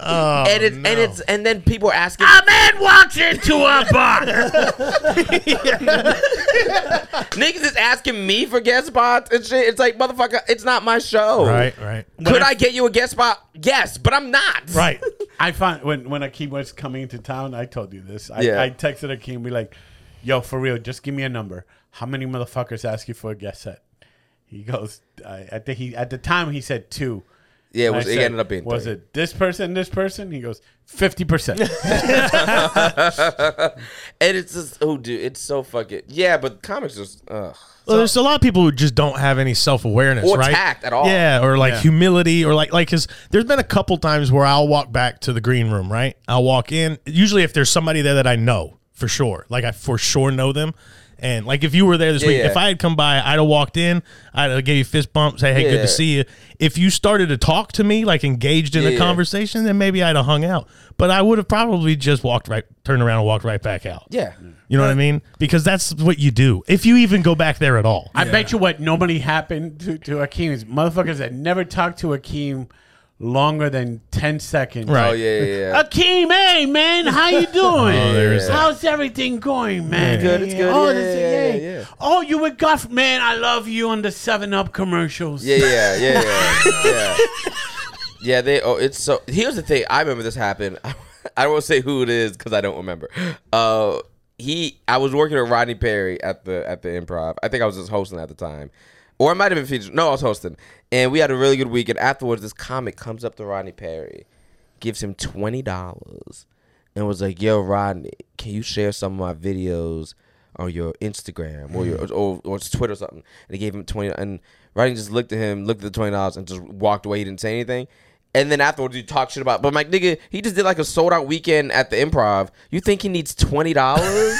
and it's and it's and then people are asking.
A man walks into a
*laughs*
bar.
Niggas is asking me for guest spots and shit. It's like motherfucker, it's not my show.
Right, right,
Could I get you a guest spot? Yes, but I'm not.
right.
I find when when Akeem was coming into town, I told you this. I,
Yeah.
I texted Akeem, be like, "Yo, for real, just give me a number. How many motherfuckers ask you for a guest set?" He goes, I, "I think he at the time he said two.
Yeah, it,
And
was,
I
it
said,
ended up being.
was
three.
it this person, this person?" He goes,
*laughs*
50 percent."
And it's just oh, dude, it's so fucking yeah. But comics just ugh.
Well, there's a lot of people who just don't have any self awareness,
Or
right?
tact at all.
Yeah, or like humility, or like like because there's been a couple times where I'll walk back to the green room, right? I'll walk in. Usually, if there's somebody there that I know for sure, like I for sure know them, and like if you were there this week,
yeah.
if I had come by, I'd have walked in, I'd have gave you a fist bump, say hey, good
Yeah.
to see you. If you started to talk to me, like engaged in a
Yeah.
conversation, then maybe I'd have hung out. But I would have probably just walked right, turned around, and walked right back out.
Yeah.
You know what I mean? Because that's what you do. If you even go back there at all.
I bet you what nobody happened to, to Akeem is motherfuckers that never talked to Akeem longer than 10 seconds.
Right.
Oh yeah, yeah. *laughs* yeah. Oh,
Akeem, hey man,
*laughs*
how you doing?
there's that.
How's everything going, man?
good, it's good.
Oh,
Yeah,
this-
yeah,
yeah.
yeah, yeah.
oh, you with Guff, man. I love you on the Seven Up commercials.
Yeah, yeah, yeah, yeah. yeah. Yeah, they. Oh, it's so. Here's the thing. I remember this happened. *laughs* I won't say who it is because I don't remember. Uh, he. I was working with Rodney Perry at the at the Improv. I think I was just hosting at the time, or I might have been featured. No, I was hosting, and we had a really good weekend. Afterwards, this comic comes up to Rodney Perry, gives him twenty dollars, and was like, "Yo, Rodney, can you share some of my videos?" on your Instagram or your or, or it's Twitter or something. And he gave him twenty and Rodney just looked at him, looked at the twenty dollars and just walked away. He didn't say anything. And then afterwards he talked shit about but my nigga, he just did like a sold out weekend at the improv. You think he needs twenty dollars?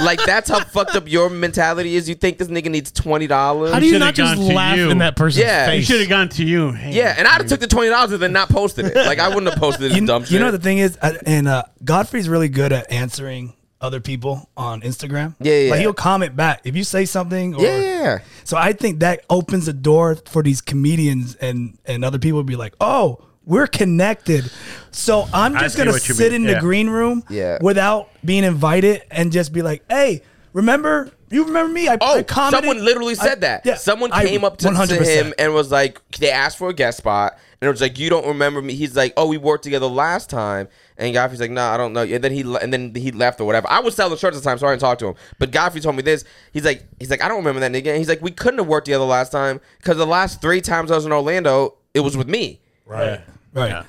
like that's how fucked up your mentality is. You think this nigga needs twenty dollars?
How do you
should've
not just
gone to
laugh
you.
in that person's
Yeah, you
face?
He should have gone to you. Hey,
yeah, and I'd have took the twenty dollars and then not posted it. Like I wouldn't have posted this
you,
dumb
you
shit.
know the thing is, I- and uh, Godfrey's really good at answering other people on Instagram.
Yeah, yeah,
Like
yeah.
he'll comment back if you say something. Or,
yeah, yeah, yeah.
So I think that opens the door for these comedians and and other people to be like, oh, we're connected. So I'm
I
just
see
gonna
what you
sit
mean.
in
Yeah.
the green room
Yeah.
without being invited and just be like, hey, remember you remember me? I,
Oh,
I commented.
someone literally
I-
said that.
yeah,
someone
I-
came up to, to
100%.
him and was like, they asked for a guest spot, and it was like, you don't remember me? He's like, oh, we worked together last time, and Godfrey's like, nah, I don't know. And then he le- and then he left or whatever. I was selling shirts at the time, so I didn't talk to him. But Godfrey told me this. He's like, he's like, I don't remember that nigga. And he's like, we couldn't have worked together last time because the last three times I was in Orlando, it was with me.
Right.
Right.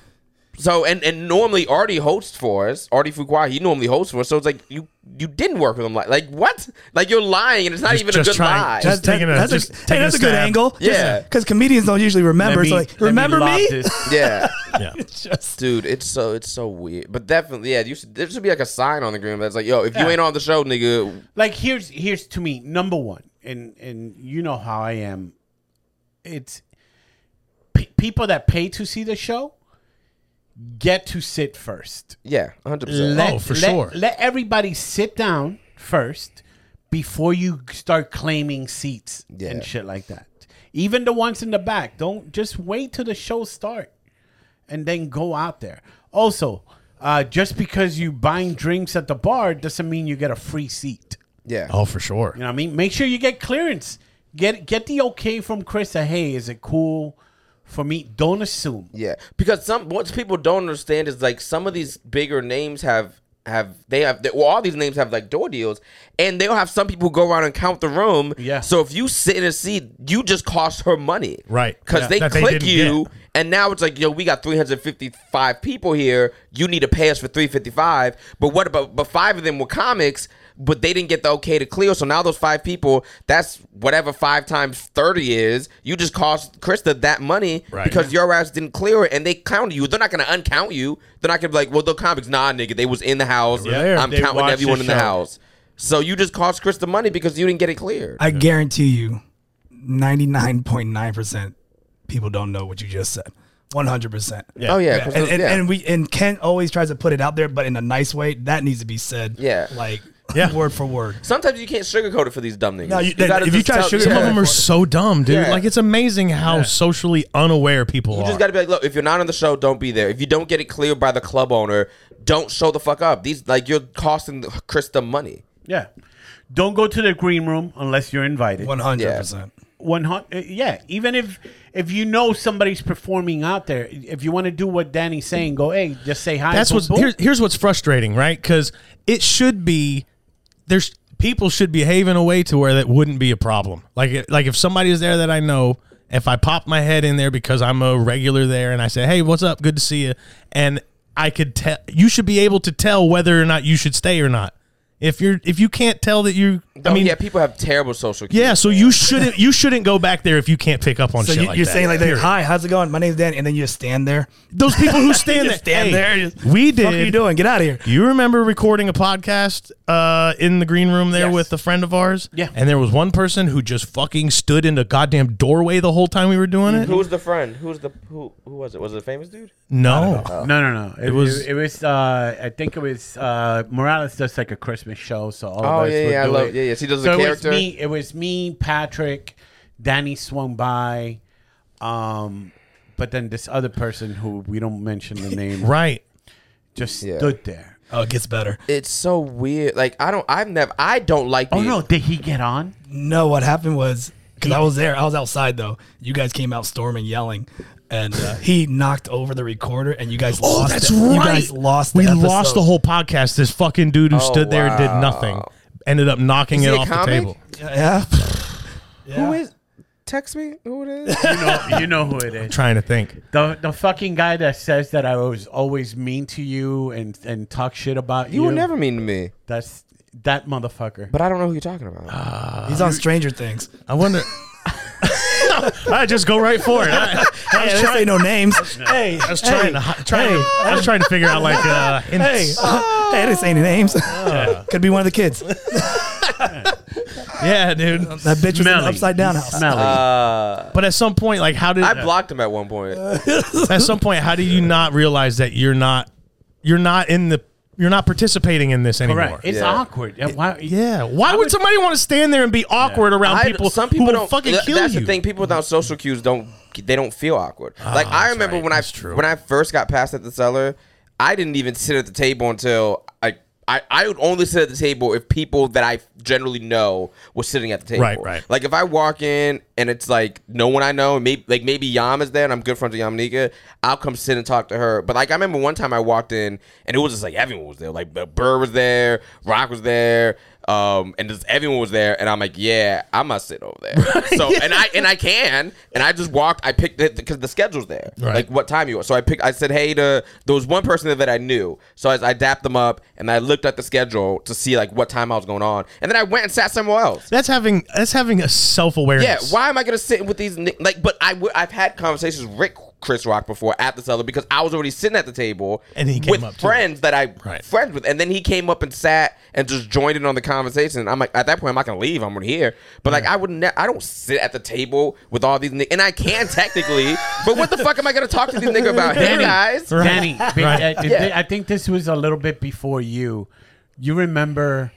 So and and normally Artie hosts for us. Artie Fuqua, he normally hosts for us. So it's like you you didn't work with him like like what? Like you're lying and it's not even a good lie.
Just
That-
taking a,
that's
just
a, hey,
taking
that's a,
stab.
good angle.
Yeah.
because comedians don't usually remember.
Let
so
me-
like,
let me
remember
lob
me?
this.
*laughs* yeah.
*laughs* Yeah.
Just-
Dude, it's so it's so weird, but definitely, yeah. You should, there should be like a sign on the groom that's like, "Yo, if you ain't on the show, nigga,
like here's here's to me number one and and you know how i am it's pe- people that pay to see the show get to sit first.
Yeah, 100%.
Let- Oh, for
let-
sure.
Let everybody sit down first before you start claiming seats
Yeah.
and shit like that. Even the ones in the back, don't just wait till the show start and then go out there. Also, uh, just because you buying drinks at the bar doesn't mean you get a free seat.
yeah.
Oh, for sure.
You know what I mean? Make sure you get clearance. Get get the okay from Chris that hey, is it cool for me? Don't assume.
Yeah, because some what people don't understand is like some of these bigger names have have they have well all these names have like door deals, and they'll have some people who go around and count the room.
Yeah.
So if you sit in a seat, you just cost her money,
Right.
Because
Yeah.
they
That they
click
didn't
you,
get.
and now it's like yo, we got three hundred fifty five people here. You need to pay us for three fifty five. But what about but five of them were comics. But they didn't get the okay to clear, so now those five people—that's whatever five times thirty is. You just cost Krista that money
Right.
because your ass didn't clear it and they counted you. They're not gonna uncount you. They're not gonna be like, well, the comics, nah, nigga, they was in the house.
They were there.
I'm
They
counting
watched
everyone
the
in the
show.
house. So you just cost Chris the money because you didn't get it cleared.
I guarantee you, ninety nine point nine percent people don't know what you just said. One hundred percent.
oh yeah, 'cause
And, and,
yeah.
and we and Ken always tries to put it out there, but in a nice way. That needs to be said.
Yeah.
like
Yeah.
word for word.
sometimes you can't sugarcoat it for these dumb niggas.
No, you- then if you
just
try to
tell-
sugarcoat
Some
yeah.
of them are so dumb, dude.
Yeah.
Like it's amazing how socially unaware people
You
are.
just gotta be like, look, if you're not on the show, don't be there. If you don't get it cleared by the club owner, don't show the fuck up. These like you're costing Chris the money.
Yeah. Don't go to the green room unless you're invited.
One hundred percent.
one hundred. Yeah, even if if you know somebody's performing out there, if you want to do what Danny's saying, go. Hey, just say hi.
That's
boom,
what's
boom.
here, here's what's frustrating, right? Because it should be there's people should behave in a way to where that wouldn't be a problem. Like it- like if somebody is there that I know, if I pop my head in there because I'm a regular there and I say, "Hey, what's up? Good to see you," and I could tell you should be able to tell whether or not you should stay or not. If you're if you can't tell that you, I
Oh,
mean,
yeah, people have terrible social. cues.
yeah, so you shouldn't you shouldn't go back there if you can't pick up on
So
shit
you,
like
you're
that.
saying like, that,
Period.
"Hi, how's it going? My name's Dan," and then you just stand there. *laughs*
those people who stand there,
Just stand
hey,
there, just,
we did.
What are you doing? Get out of here.
You remember recording a podcast uh, in the green room there
Yes.
with a friend of ours?
Yeah.
And there was one person who just fucking stood in the goddamn doorway the whole time we were doing it?
Who was the friend? Who was the who? Who was it? Was it a famous dude?
No.
No, no, no. It,
was-
was. It, was. Uh, I think it was. Uh, Morales does like a Christmas show, so all
Oh,
of us
yeah,
would
yeah, I
do
love-
it.
yeah, yes, he does a
so
character.
It was me. It was me, Patrick, Danny swung by, um, but then this other person who we don't mention the name *laughs*
Right.
just
Yeah.
stood there.
Oh, it gets better.
It's so weird. Like I don't. I've never. I don't like.
Oh
being-
no! Did he get on?
No, what happened was because I was there, I was outside though. You guys came out storming, yelling, and uh, he knocked over the recorder, and you guys.
Oh,
lost
that's
it.
right.
You guys lost.
We
the
lost the
episode.
whole podcast. This fucking dude who stood there and did
wow.
nothing ended up knocking
Is
it
he a
off the
comic?
table.
Yeah.
Who is? Text me. Who it is?
*laughs*
You know, you know who it is.
Trying to think.
The the fucking guy that says that I was always mean to you and and talk shit about you.
you were never mean to me,
That's that motherfucker.
but I don't know who you're talking about.
Ah,
He's on Stranger
*laughs*
Things. *laughs*
I wonder. I just go right for it. I, I
Hey,
was
this
trying,
ain't no names. Hey, *laughs*
I was trying, to, hi- trying to- I was trying to figure out like uh,
hey,
hints.
hey, this ain't names. *laughs* Could be one of the kids. That
yeah, dude.
bitch was in
Smelly.
the upside down
He's
house.
Smelly.
Uh,
But at some point, like, how did
I blocked him at one point.
at some point how do you not realize that you're not you're not in the you're not participating in this anymore
Right. It's
Yeah.
awkward. Yeah. Why,
yeah why would somebody want to stand there and be awkward around
I-
people
some people
who will
don't
fucking
th-
kill
that's
you
the thing people without social cues don't they don't feel awkward like i remember
right,
when i
that's true.
when i first got passed at the cellar i didn't even sit at the table until i I, I would only sit at the table if people that I generally know were sitting at the table.
Right, right.
Like if I walk in and it's like no one I know, and maybe like maybe Yam is there and I'm good friends with Yamnika, I'll come sit and talk to her. But like I remember one time I walked in and it was just like everyone was there. Like Burr was there, Rock was there, um, and just everyone was there. And I'm like, yeah, I must sit over there. So and I and I can and I just walked. I picked it because the schedule's there.
Right.
Like what time you are. So I picked. I said hey to there was one person there that I knew. So I, I dapped them up and I looked at the schedule to see like what time I was going on. And then I went and sat somewhere else.
that's having that's having a
Yeah,
self-awareness
why am I gonna sit with these ni- like? But I w- I've had conversations. Rick Chris Rock before at the cellar because I was already sitting at the table
And he came
with
up too.
friends that I
Right.
friends with, and then he came up and sat and just joined in on the conversation. I'm like, at that point, I'm not gonna leave. I'm here, but like, I wouldn't. Ne- I don't sit at the table with all these, ni- and I can technically, *laughs* but what the fuck am I gonna talk to these niggas
*laughs*
about? Hey
Danny.
guys,
Right.
Danny, be-
Right.
I,
Yeah.
I think this was a little bit before you. You remember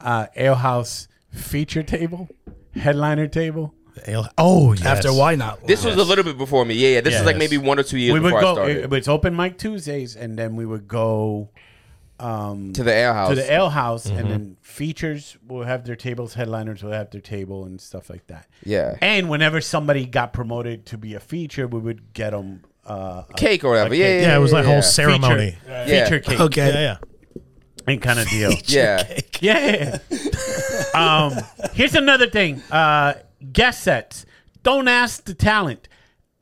uh, Alehouse feature table, headliner table?
Ale- oh, yes.
After why not?
this was a little bit before me. Yeah, yeah. This is like
Yes.
maybe one or two years
we would
before I
go.
started
It, it's open mic Tuesdays, and then we would go
eh,
to the ale house. Mm-hmm.
to the ale house, and then features will have their tables, headliners will have their table, and stuff like that.
Yeah.
And whenever somebody got promoted to be a feature, we would get them uh, a
cake or whatever. Yeah, yeah,
Yeah, it was like a
yeah.
whole ceremony.
feature,
Yeah.
feature cake
Yeah,
Okay.
yeah.
and kind of deal.
Yeah,
Yeah. um, here's another thing. Uh, guest sets. Don't ask the talent.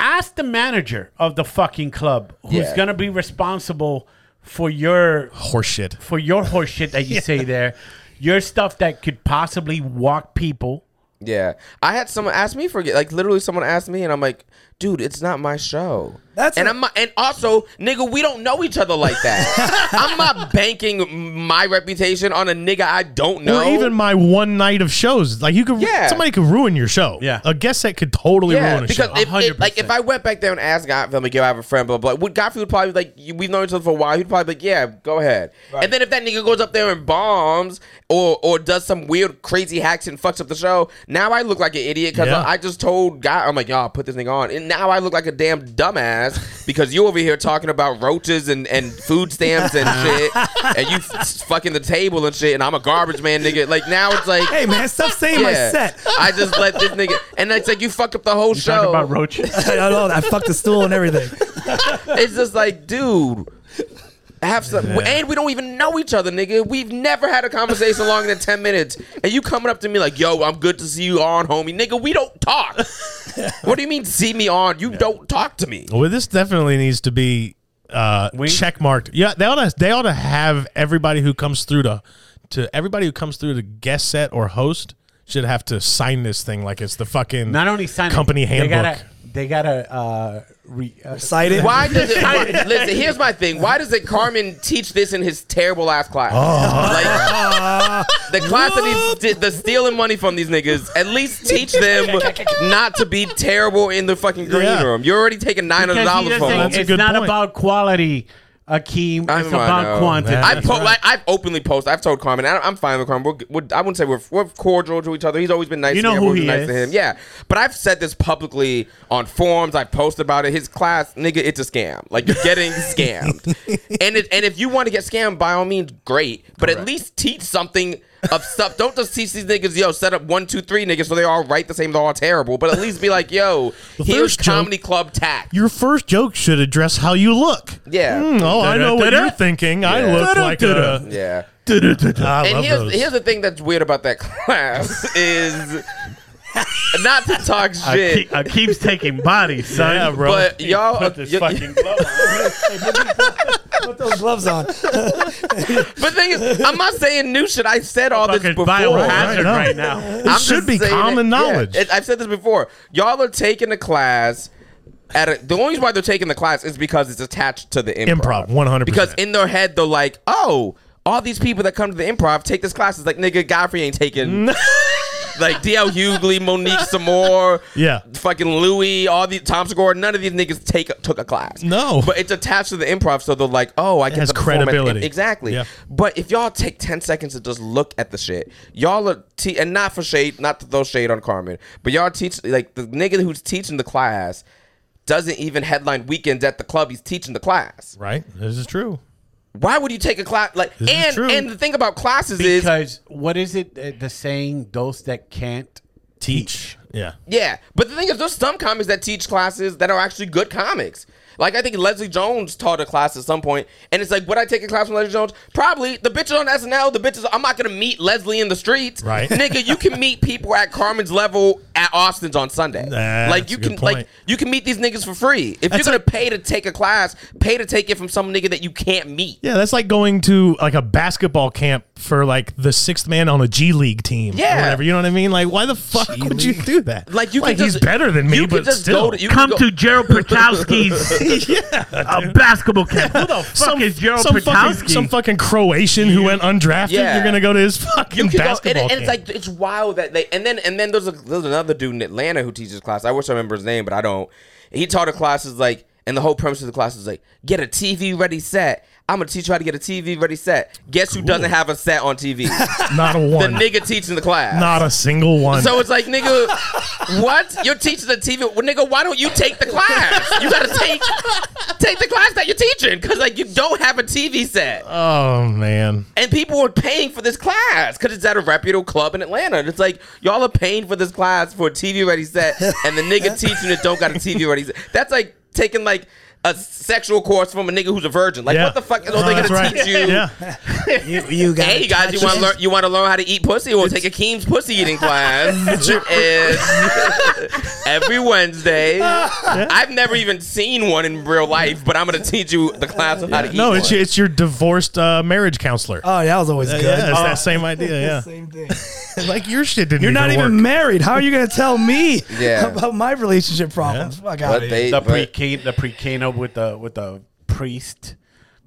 Ask the manager of the fucking club who's
Yeah.
gonna be responsible for your
Horseshit.
for your horseshit that you say there, your stuff that could possibly walk people.
yeah. I had someone ask me for like literally someone asked me, and I'm like, dude, it's not my show.
That's
and
a-
I'm not- and also, nigga, we don't know each other like that. I'm not banking my reputation on a nigga I don't know.
Or even my one night of shows. Like you could,
Yeah.
somebody could ruin your show.
Yeah.
a guest set could totally
yeah,
ruin a
because
show.
if, if- like
100%.
if I went back there and asked Godfrey, I'm like, yo, I have a friend, blah blah. Would Godfrey would probably like, you- we've known each other for a while. He'd probably be like, yeah, go ahead. And then if that nigga goes up there and bombs or or does some weird crazy hacks and fucks up the show, now I look like an idiot because
Yeah.
I, I just told God, I'm like, y'all put this nigga on, and now I look like a damn dumbass *laughs* because you over here talking about roaches and and food stamps
*laughs*
and shit, and you f- fucking the table and shit, and I'm a garbage man, nigga. Like now it's like.
Hey man, stop saying my
yeah.
set.
I just let this nigga, and it's like you fucked up the whole show.
Talk about roaches.
I don't know. I fucked the stool and
*laughs*
everything.
It's just like, dude, have some. And we don't even know each other, nigga. We've never had a conversation longer than 10 minutes. And you coming up to me like, yo, I'm good to see you on, homie. Nigga, we don't talk. what do you mean, see me on? You don't talk to me.
well, this definitely needs to be uh, check marked. Yeah, they ought to. They ought to have everybody who comes through to to everybody who comes through to guest set or host should have to sign this thing like it's the
*laughs*
fucking
Not only sign
company handbook.
They gotta. They gotta uh, re, uh,
Cited.
Why does it? why- listen, here's my thing. Why does it Carmen teach this in his terrible ass class? Like the class that he's the stealing money from these niggas. At least teach them not to be terrible in the fucking green
Yeah.
room. You're already taking nine hundred
because he
dollars
doesn't-
from. them.
That's a
it's
good
not
point.
about quality, Akeem.
I
it's
know, I
about
know.
quantity.
Yeah.
I
That's
po-
right.
I, I've openly posted. I've told Carmen. I, I'm fine with Carmen. We're, we're, I wouldn't say we're, we're cordial to each other. He's always been nice.
You
to
know
me. I've
who
always
he
been nice
is.
to him. Yeah, but I've said this publicly on forums. I've posted about it. His class, nigga, it's a scam. Like you're
*laughs*
getting scammed. And it, and if you want to get scammed, by all means, great. But at least teach something of stuff. Don't just teach these niggas, yo, set up one, two, three niggas so they all right the same, they're all terrible. But at least be like, yo, here's
first joke-
comedy club tack.
Your first joke should address how you look.
Yeah.
Hmm, oh, I know what you're thinking. I look like a.
yeah.
I
And
love
here's,
those.
here's the thing that's weird about that *laughs* class is not to talk shit,
Akeem's taking *laughs* bodies, son.
Yeah, bro.
but y'all,
Put this
y-
fucking glove on.
Put those gloves on.
*laughs* but the thing is, I'm not saying new shit. I've said all this
Fucking
before.
biohazard
I know.
right now.
I'm
should
just
be
saying
common
it- yeah,
knowledge.
it- I've said this before. Y'all are taking the class. At a, the only reason why they're taking the class is because it's attached to the improv.
Improv, 100%.
Because in their head, they're like, oh, all these people that come to the improv take this class. It's like, nigga, Godfrey ain't
*laughs*
taking. like DL Hughley, Monique Samore,
Yeah.
fucking Louis, all these Tom Segura, none of these niggas take took a class.
No.
but it's attached to the improv, so they're like, oh, I get
has
to perform at the-
credibility.
exactly.
Yeah.
But if y'all take ten seconds to just look at the shit, y'all are te- and not for shade, not to throw shade on Carmen, but y'all teach like the nigga who's teaching the class doesn't even headline weekends at the club. He's teaching the class.
right? This is true.
Why would you take a class like?
This is
and
true.
and the thing about classes is
Because what is it? uh, The saying, "Those that can't."
Teach. Yeah.
Yeah, but the thing is, there's some comics that teach classes that are actually good comics. Like I think Leslie Jones taught a class at some point, and it's like, would I take a class from Leslie Jones? Probably. The bitches on *laughs* SNL, the bitches. I'm not gonna meet Leslie in the streets,
Right.
nigga? You can meet people at Carmen's level at Austin's on Sunday.
That's
like you
a good
can
point.
like you can meet these niggas for free. If you're
That's
gonna
a-
pay to take a class, pay to take it from some nigga that you can't meet.
Yeah, that's like going to like a basketball camp for like the sixth man on a G League team.
Yeah.
or whatever. You know what I mean? Like, why the fuck would you do that?
Like you can
he's
just,
better than me,
you can
but
just
still.
go to, you can
Come
go-
to Gerald
*laughs*
Perkowski's uh, basketball camp. Who the fuck is Gerald
some
Perkowski?
fucking, some fucking Croatian who went undrafted.
Yeah.
You're gonna go to his fucking
You could go-
basketball
and, and
camp.
it's like it's wild that they and then and then there's a, there's another dude in Atlanta who teaches class. I wish I remember his name, but I don't. He taught a class is like, and the whole premise of the class is like, get a TV ready set. I'm gonna teach you how to get a TV ready set. Guess who doesn't have a set on
*laughs*
TV? *laughs*
not a
the
one,
nigga teaching the class.
not a single one.
So it's like, nigga, what? You're teaching the TV? Well, nigga, why don't you take the class? You gotta take take the class that you're teaching because like you don't have a TV set
oh man,
and people were paying for this class because it's at a reputable club in Atlanta. And it's like y'all are paying for this class for a TV ready set, and the nigga teaching it don't got a TV ready set. That's like taking like a sexual course from a nigga who's a virgin. Like
Yeah.
what the fuck are
No,
they
that's
gonna
right.
teach you?
Yeah,
You,
*laughs*
you got
Hey, you guys, you want to learn? You want to learn how to eat pussy? We'll take Akeem's pussy
*laughs*
eating class, *laughs* which is every Wednesday. I've never even seen one in real life, but I'm gonna teach you the class on how to eat.
no,
one.
it's it's your divorced uh, marriage counselor.
Oh, that was always
yeah,
good.
it's
Oh,
that same idea.
*laughs*
Yeah,
same thing.
*laughs* like your shit didn't.
You're not even
work.
married. How are you going to tell me
Yeah.
about my relationship problems? Fuck out
But
of
they,
the
but-
pre the pre with the with the priest.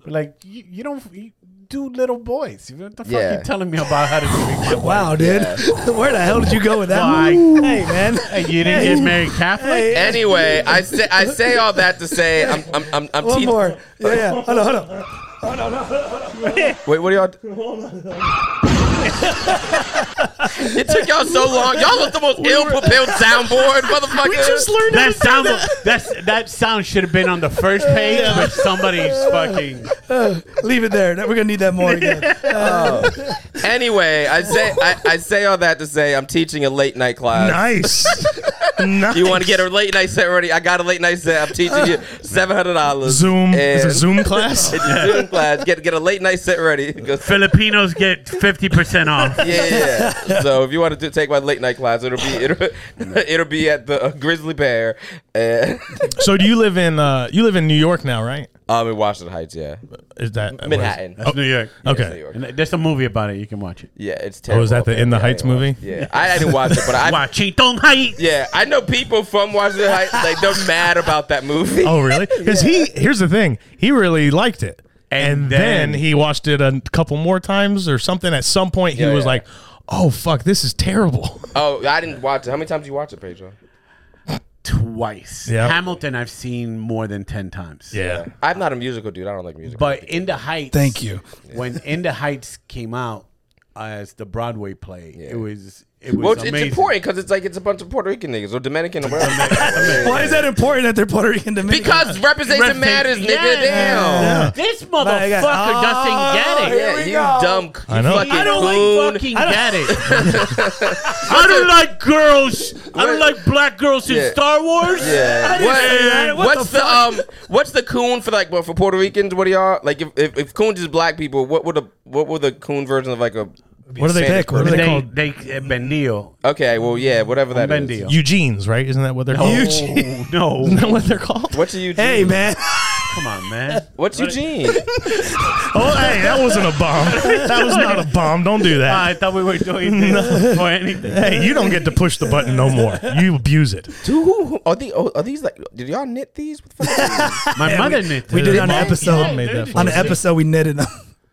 But like you, you don't you do little boys. You know, What the fuck
Yeah.
you telling me about how to treat
*laughs*
my wife?
Wow, dude. *laughs* Where the hell did you go with that?
Why?
Hey, man.
Hey, you didn't get married Catholic?
Hey,
Anyway, I say I say all that to say I'm I'm I'm, I'm
One
teeth-
more. Yeah, yeah. Hold on, hold on.
Wait, what are y'all? d- it took y'all so long. Y'all look the most ill-prepared soundboard, motherfucker.
We just learned how
That
to do
sound
that.
that's, that sound should have been on the first page, but *laughs* somebody's fucking
Leave it there. We're going to need that more again.
anyway, I say I, I say all that to say I'm teaching a late night class.
Nice. nice.
*laughs* You want to get a late night set ready? I got a late night set. I'm teaching
*laughs*
you seven hundred dollars.
Zoom? Is it
And *laughs*
Zoom class?
Zoom class. Get get a late night set ready. Go-
Filipinos get fifty percent
*laughs*
off.
Yeah, yeah, yeah. *laughs* so if you want to do, take my late night class, it'll be it'll, *laughs* it'll be at the uh, Grizzly Bear. And *laughs*
so do you live in uh, you live in New York now, right?
Um, in Washington Heights, yeah,
Is that
Manhattan.
That's New York.
New
Okay.
York.
And there's a movie about it. You can watch it.
Yeah, it's
Oh,
terrible.
is that the In the Heights movie?
Yeah, I, I didn't watch it, but I.
Washington Heights.
Yeah, I know people from Washington Heights. Like they're mad about that movie.
*laughs* Oh,
*laughs*
really? Because he here's the thing, he really liked it, and,
And
then,
then-
he watched it a couple more times or something. At some point, he
Yeah,
was
yeah.
like, "Oh fuck, this is terrible."
Oh, I didn't watch it. How many times you watch it, Pedro?
Twice.
Yeah.
Hamilton I've seen more than ten times.
*laughs* Yeah,
I'm not a musical dude. I don't like music.
But In the Heights.
Thank you.
When In the Heights came out as the Broadway play, it was it was
well, it's,
amazing.
it's important because it's like it's a bunch of Puerto Rican niggas or Dominican or whatever. Yeah, yeah.
Why is that important that they're Puerto Rican Dominican?
Because representation
Represent-
matters, nigga.
Yeah.
Damn.
This motherfucker
Like, oh,
doesn't get it.
Here
Yeah,
we
you
go.
dumb. You
I know.
Fucking
I don't
coon.
like fucking get it. I don't like girls. I don't
What-
like black girls in
Yeah.
Star Wars.
Yeah.
that.
What,
What
what's the, um? What's the coon for like? Well, for Puerto Ricans, what are y'all like? If if, if coon's is black people, what would the what would the coon version of like a?
What do they
Spanish
pick? What do
They they,
they call
uh, Bendio.
Okay, well, yeah, whatever that is.
Bendio.
Eugene's, right? Isn't that what they're called? *laughs*
Oh, no.
Isn't that what they're called?
What's your Eugene?
Hey, man.
Come on, man.
What's Eugene?
Oh, hey, that wasn't a bomb.
*laughs*
That was not a bomb. Don't do that.
I thought we were doing this or anything.
Hey, you don't get to push the button no more. You abuse it.
Do who, who- are these? Are these like? Did y'all knit these? What the fuck?
My mother knit
We
this.
did it on an
You
episode.
made that
On
for
an
us.
episode, we knitted *laughs* them.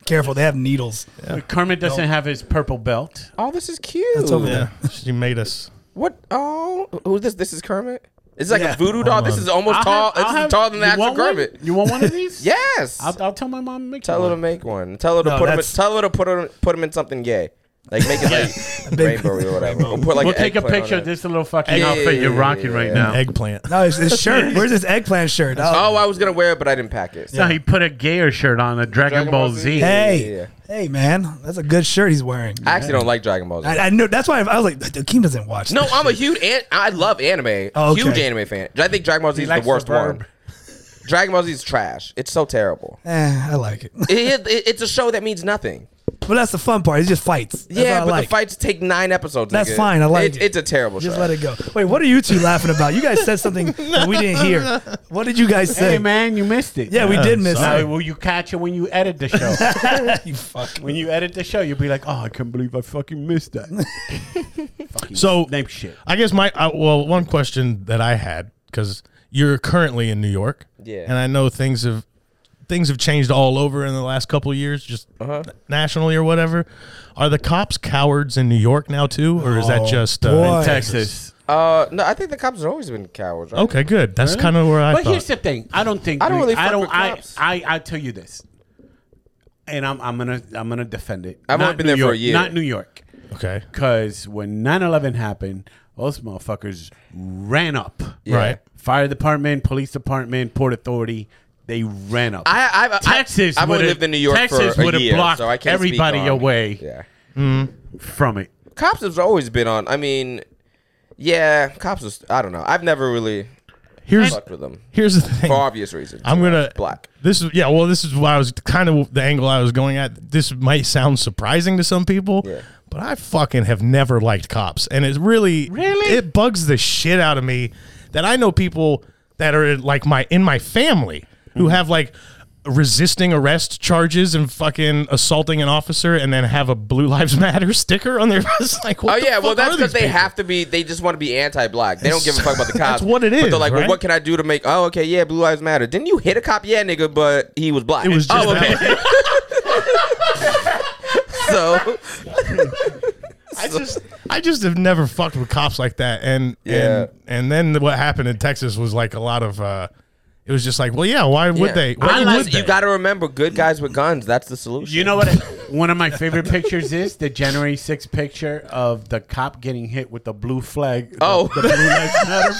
Careful, they have needles.
Kermit doesn't have his purple belt.
oh, this is cute.
over there.
Yeah, she made us.
What? Oh, who's this? This is Kermit. It's like
Yeah.
a voodoo doll. This
on.
is almost
I'll
tall.
have-
This
I'll
is
have-
taller than the
you
actual
want one?
Kermit.
You want one of these?
Yes.
I'll, I'll tell my mom to make
tell her
one.
to make one. Tell her to
No,
put him.
that's-
Tell her to put her, put him in something gay. Like make it
*laughs*
like rainbow or whatever. Or put, like,
We'll
an
take a
eggplant on
picture
it.
of this little fucking
Yeah,
outfit
yeah,
you're
yeah,
rocking
yeah,
right
yeah.
now.
Eggplant.
No, Oh, it's this shirt. Where's this eggplant shirt? Oh,
Oh, I was gonna wear it, but I didn't pack it.
No, he put a gayer shirt on, a Dragon,
Dragon
Ball
Ball
Z.
Z?
hey,
yeah, yeah.
hey, man, that's a good shirt he's wearing.
I actually don't like Dragon Ball Z.
I, I know. That's why I, was like, Akeem doesn't watch.
no,
this
I'm a
shit.
huge. An- I love anime.
Oh, okay.
Huge anime fan. I think Dragon Ball Z is the
likes
worst
the verb.
one. Dragon Ball Z is trash. It's so terrible.
*laughs* Eh, I like it.
It- it- it's a show that means nothing.
But that's the fun part. It's just fights. That's what I
yeah, but
like.
the fights take nine episodes.
That's
nigga.
fine. I like it.
It's a terrible
Just
show.
let it go. Wait, what are you two laughing about? You guys said
*laughs*
something that we didn't hear. What did you guys say?
Hey man, you missed it.
Yeah, we did miss
Now,
it.
will you catch it when you edit the show? *laughs*
You fuck.
when you edit the show, you'll be like, "Oh, I can't believe I fucking missed that."
So
Name shit.
I guess my uh, well, one question that I had because you're currently in New York,
Yeah.
and I know things have things have changed all over in the last couple of years, just
Uh-huh.
nationally or whatever. Are the cops cowards in New York now too, or is that just uh,
boy.
Texas.
Uh, no, I think the cops have always been cowards. Right?
Okay, good. That's kind of where I
but
thought.
here's the thing: I don't think
I don't
we-
really
I
fuck
don't.
with
I,
cops.
I I tell you this, and I'm I'm gonna I'm gonna defend it.
I've only
Not
been
New
there for a
York,
year.
Not New York,
okay,
because when 9/11 happened, those motherfuckers ran up.
right.
Fire department, police department, port authority. They ran up.
I, I've,
Texas.
I, I've only
would've-
lived in New York
Texas
for a
would've
year,
blocked
so I can't speak
everybody
on-
away
Yeah,
from it.
cops have always been on. I mean, yeah, cops. Is, I don't know. I've never really
Here's
fucked with them
here's the thing.
for obvious reasons.
I'm gonna
black.
This is yeah. Well, this is why I was kind of the angle I was going at. This might sound surprising to some people,
Yeah.
but I fucking have never liked cops, and it's really,
Really?
it bugs the shit out of me that I know people that are like my in my family
Mm-hmm.
who have like resisting arrest charges and fucking assaulting an officer, and then have a Blue Lives Matter *laughs* sticker on their. It's like,
Oh
what the
yeah, well
fuck
that's
are these
because they
people?
have to be. They just want to be anti-black. They don't give a fuck about the cops.
*laughs* That's what it
But
is,
they're like,
right?
well, what can I do to make? Oh, okay, yeah, blue lives matter. Didn't you hit a cop? Yeah, nigga, but he was black.
It was just
*laughs* oh, okay.
about- *laughs*
so
I just I just have never fucked with cops like that. And
Yeah.
and and then what happened in Texas was like a lot of uh it was just like, well, yeah, why would
Yeah.
they?
But
Why
you,
would
just-
they?
you got to remember, good guys with guns. That's the solution.
You know what? One of my favorite pictures is the January 6th picture of the cop getting hit with the blue flag. the-
Oh.
the, blue lives matter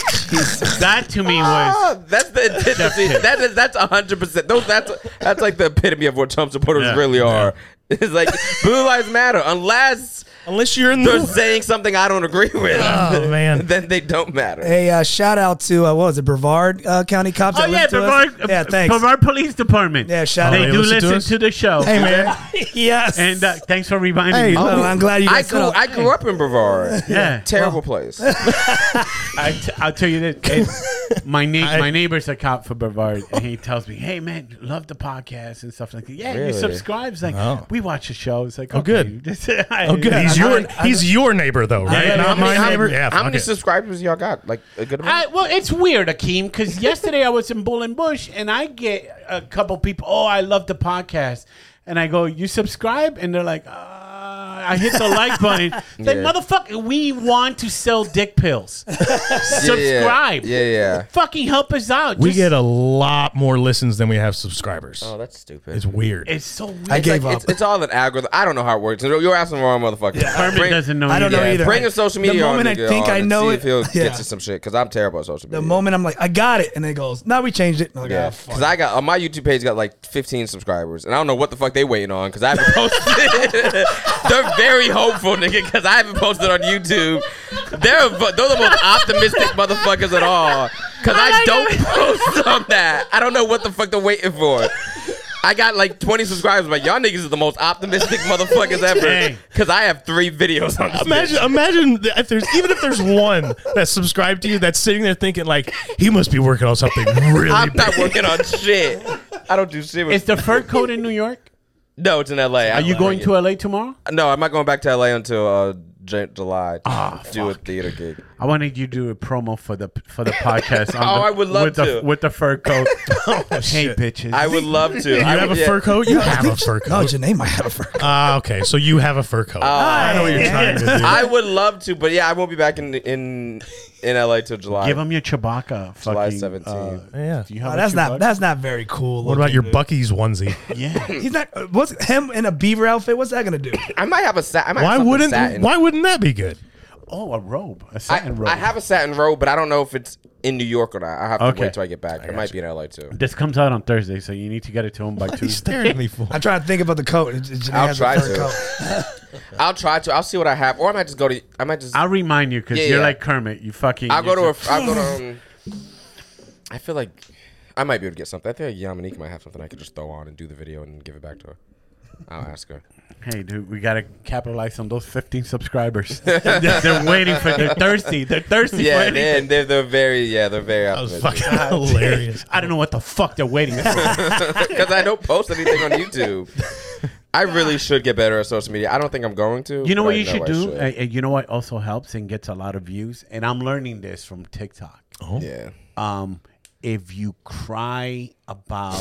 flag. that to me was.
Ah, that's the antithesis. that is that's hundred percent. Those that's that's like the epitome of what Trump supporters
Yeah.
really are. *laughs* It's like blue lives matter unless
Unless you're in
they're
the
saying something I don't agree with.
Oh, man.
*laughs* then they don't matter.
Hey, uh, shout out to uh, what was it, Brevard uh, County cops?
Oh
that
yeah,
listened to us?
Brevard,
Yeah, thanks.
Brevard Police Department.
Yeah, shout
they, do
out. They listen to
listen,
us?
to, the show.
Hey man, yes.
and uh, thanks for reminding
Hey,
me.
oh,
Oh, I'm glad you
I
guys.
grew
said-
I grew up in
*laughs*
Brevard.
Yeah.
*laughs* Terrible place.
I t- I'll tell you
*laughs*
this. it- my na-
I-
my neighbor's a cop for Brevard, and he tells me, "Hey man, love the podcast and stuff like that. Yeah, he
Really?
subscribes. Like
Oh.
we watch the show. It's like,
Oh,
okay, *laughs*
good.
oh
Oh good. he's your he's your neighbor though, right?
yeah,
Not
yeah,
my
yeah.
neighbor. Yeah,
How
fuck
many
it.
subscribers y'all got? Like a good amount.
I, well, it's weird, Akeem, *laughs* because yesterday I was in Bull Bush and I get a couple people, oh, I love the podcast. And I go, you subscribe? And they're like, uh, I hit *laughs* the like button. It's Like,
Yeah.
motherfucker, we want to sell
*laughs*
dick pills. subscribe.
Yeah, yeah.
Fucking help us out.
we
Just-
get a lot more listens than we have subscribers.
Oh, that's stupid.
it's weird.
It's so weird.
I
It's
gave
like-
up.
It's, it's all an algorithm. I don't know how it works. You're asking the wrong motherfucker.
Herman
Bring-
doesn't know.
I don't
either.
know
Yeah,
either.
bring your social media.
The moment
on,
I
nigga,
think
on
I
and
know
see
it,
if he'll
*laughs* yeah.
get to some shit because I'm terrible at social media.
the moment I'm like, I got it, and it goes. Now we changed it. And I'm like,
Yeah,
"Ah, fuck."
because I got on my YouTube page got like 15 subscribers, and I don't know what the fuck they waiting on because I haven't *laughs* posted. *laughs* They're very hopeful, nigga, because I haven't posted on YouTube. They're vo- they're the most optimistic motherfuckers at all because I, don't post *laughs* on that. I don't know what the fuck they're waiting for. I got like 20 subscribers, but y'all niggas is the most optimistic motherfuckers ever
Hey.
because I have three videos on this. bitch.
Imagine, imagine th- if there's even if there's one that's subscribed to you that's sitting there thinking like he must be working
*laughs*
on something really
I'm
big.
not working on shit. I don't do shit. With-
Is the fur coat in
*laughs*
New York?
no, it's in LA.
Are you going to LA tomorrow?
No, I'm not going back to LA until uh, J- July. to
Ah,
do a theater gig.
I wanted you to do a promo for the for
*laughs*
the podcast. on
Oh,
the-
I would love
with the,
to. Oh,
with the
*laughs*
fur coat. hey,
shit.
bitches!
I would love to.
*laughs* You
I
have
would,
a fur coat. You have
*laughs*
a
No,
fur coat.
Oh, Janae might have a fur. coat.
Ah, okay. So you have a fur coat. Oh, I know what you're trying to do.
I would love to, but yeah, I won't be back in in in LA till July.
Give them your Chewbacca.
July
fucking, uh,
17th.
yeah.
do you have
Oh,
a
that's not
Chewbacca?
that's not very cool.
What about your Bucky's onesie?
Yeah.
He's not. uh, What's him in a beaver outfit? What's that gonna do?
I might have a sat. I might
*laughs* Why
have something
wouldn't
Satin.
Why wouldn't that be good?
*laughs* Oh, a robe, a
I,
satin robe.
I have a satin robe, but I don't know if it's in New York or not. I have to
Okay.
wait till I get back. it might be in LA too.
This comes out on Thursday, so you need to get it to him by
*laughs* He's
Tuesday.
staring at me for.
I'm trying to think about the coat. It's- it's- Janae
I'll
has a
try
fur
to.
coat.
I'll try to. I'll see what I have, or I might just go to. I might just.
I'll remind you because
Yeah,
you're
yeah.
like Kermit. You fucking.
I'll go to
you're so-
a. I'll
*sighs*
go to. Um, I feel like I might be able to get something. I think Yamanique might have something I could just throw on and do the video and give it back to her. I'll ask her.
*laughs* Hey, dude, we gotta capitalize on those
*laughs*
15 subscribers. they're waiting for. They're thirsty. They're thirsty.
Yeah,
for anything.
they're, they're, they're very yeah they're very
That *laughs*
*laughs*
*laughs*
was
optimistic.
fucking hilarious.
I don't know what the fuck they're
*laughs*
waiting for.
because I don't post anything on
*laughs*
YouTube. I really should get better at social media. I don't think I'm going to.
You know
but
what
I
you should
I
do? Uh, uh, you know what also helps and gets a lot of views. And I'm learning this from TikTok.
yeah.
Um, if you cry about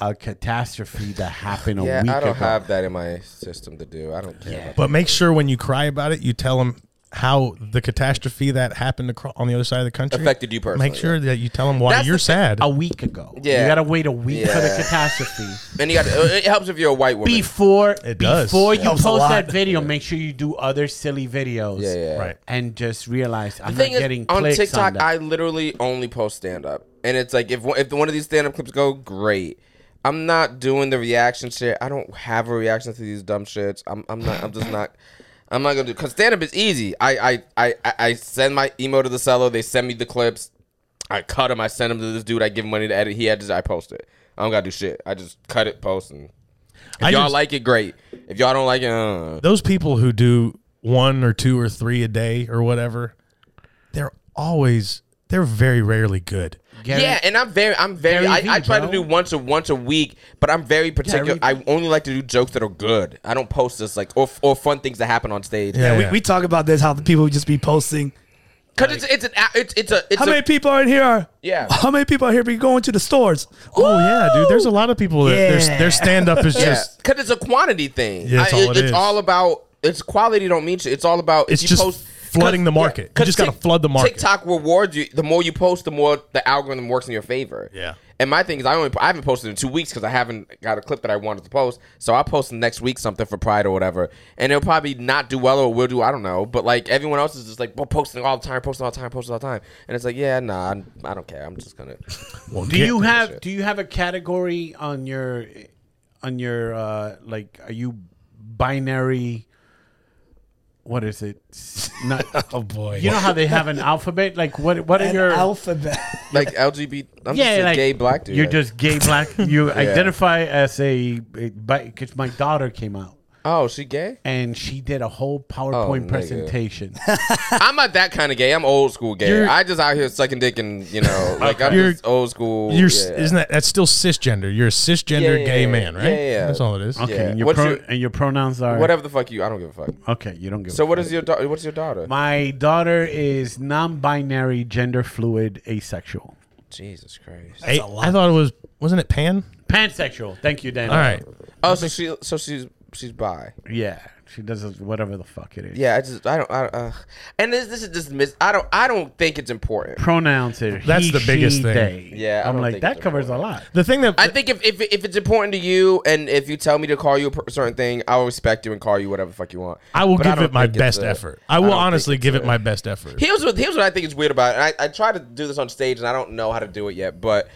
a catastrophe that happened a
Yeah,
week
I don't
ago,
have that in my system to do. I don't care. about
But make sure when you cry about it, you tell them how the catastrophe that happened acro- on the other side of the country
Affected you personally,
Make sure that you tell them why
That's
you're
the thing. Oh,
sad.
a week ago, you
Yeah.
gotta wait a week for the
Yeah.
catastrophe.
And you got uh, it helps if you're a white woman.
before
It does.
before you
Helps a
post
lot.
that video, make sure you do other silly videos.
Yeah, yeah.
Right.
And just realize I'm
The
not
thing is,
getting
on
clicks
TikTok,
on that.
I literally only post stand up, and it's like if one- if one of these stand up clips go great. I'm not doing the reaction shit. I don't have a reaction to these dumb shits. I'm, I'm not. I'm just not. I'm not gonna do because stand up is easy. I, I I I I send my email to the seller. They send me the clips. I cut them. I send them to this dude. I give him money to edit. He edits. I post it. I don't gotta do shit. I just cut it, post, and if
I
y'all
just-
like it, great. If y'all don't like it, uh,
Those people who do one or two or three a day or whatever, they're always they're very rarely good.
Gary-
yeah, and I'm very, I'm very.
Gary
I, I
Vee,
try to
bro.
do once a once a week, but I'm very particular.
Gary
I only like to do jokes that are good. I don't post this like or or fun things that happen on stage.
Yeah.
We, we talk about this how the people would just be posting.
because it's it's an a- it's it's a it's
How
a,
many people are in here? Are,
Yeah.
How many people out here be going to the stores?
Oh yeah, dude. There's a lot of people that their,
Yeah.
their stand up is
*laughs* yeah
just
because it's a quantity thing.
Yeah, that's
I-
all it
it's
is.
all about it's quality. Don't mean shit. It's all about if
It's just flooding the market. You
'cause
just gotta flood the market.
TikTok rewards you. The more you post, the more the algorithm works in your favor.
Yeah.
And my thing is, I only I haven't posted in two weeks because I haven't got a clip that I wanted to post. So I'll post next week something for Pride or whatever, and it'll probably not do well or will do. I don't know. But like everyone else is just like well, posting all the time, posting all the time, posting all the time, and it's like yeah, nah, I'm- I don't care. I'm just gonna.
do you have
shit.
do you have a category on your on your uh like are you binary what is it? *laughs* S- Not,
*laughs* Oh boy.
you know how they have an alphabet? Like what what are
An
your
*laughs*
alphabet.
like LGBT. I'm
yeah,
just a
like,
gay black dude.
You're
like-
just
*laughs*
gay black. You identify as a because my daughter came out.
oh, she gay?
and she did a whole PowerPoint
Oh, nigga. *laughs*
presentation.
I'm not that kind of gay. I'm old school gay.
You're-
I just out here sucking dick and you know, like I'm
You're-
just old school.
you're
Oh, yeah.
isn't that that's still cisgender. You're a cisgender
Yeah, yeah,
gay
yeah.
man, right?
Yeah, yeah.
That's all it is.
okay,
Yeah.
and your,
What's
pro-
your-
and your pronouns are
whatever the fuck you. I don't give a fuck.
Okay, you don't give.
So
So
what is your da- what's your daughter?
my daughter is non-binary, gender fluid, asexual,
Jesus Christ.
Hey, I thought it was wasn't it pan?
pansexual. Thank you, Daniel.
All right.
Oh, so she so she's she's bi.
Yeah, she does whatever the fuck it is.
Yeah, I just I don't. I, uh, and this this is just mis- I don't I don't think it's important.
Pronouns are
That's
he,
the biggest
she,
thing.
they.
Yeah, I
I'm
don't
like
think
that
it's
covers a lot.
The thing that
I think if, if if it's important to you, and if you tell me to call you a per- certain thing, I'll respect you and call you whatever the fuck you want.
I will
But
give
don't
it my
think it's
best
a-
effort. I will
don't think
honestly
it's
give
a-
it my best effort.
Here's what here's what I think is weird about it. I, I try to do this on stage and I don't know how to do it yet, but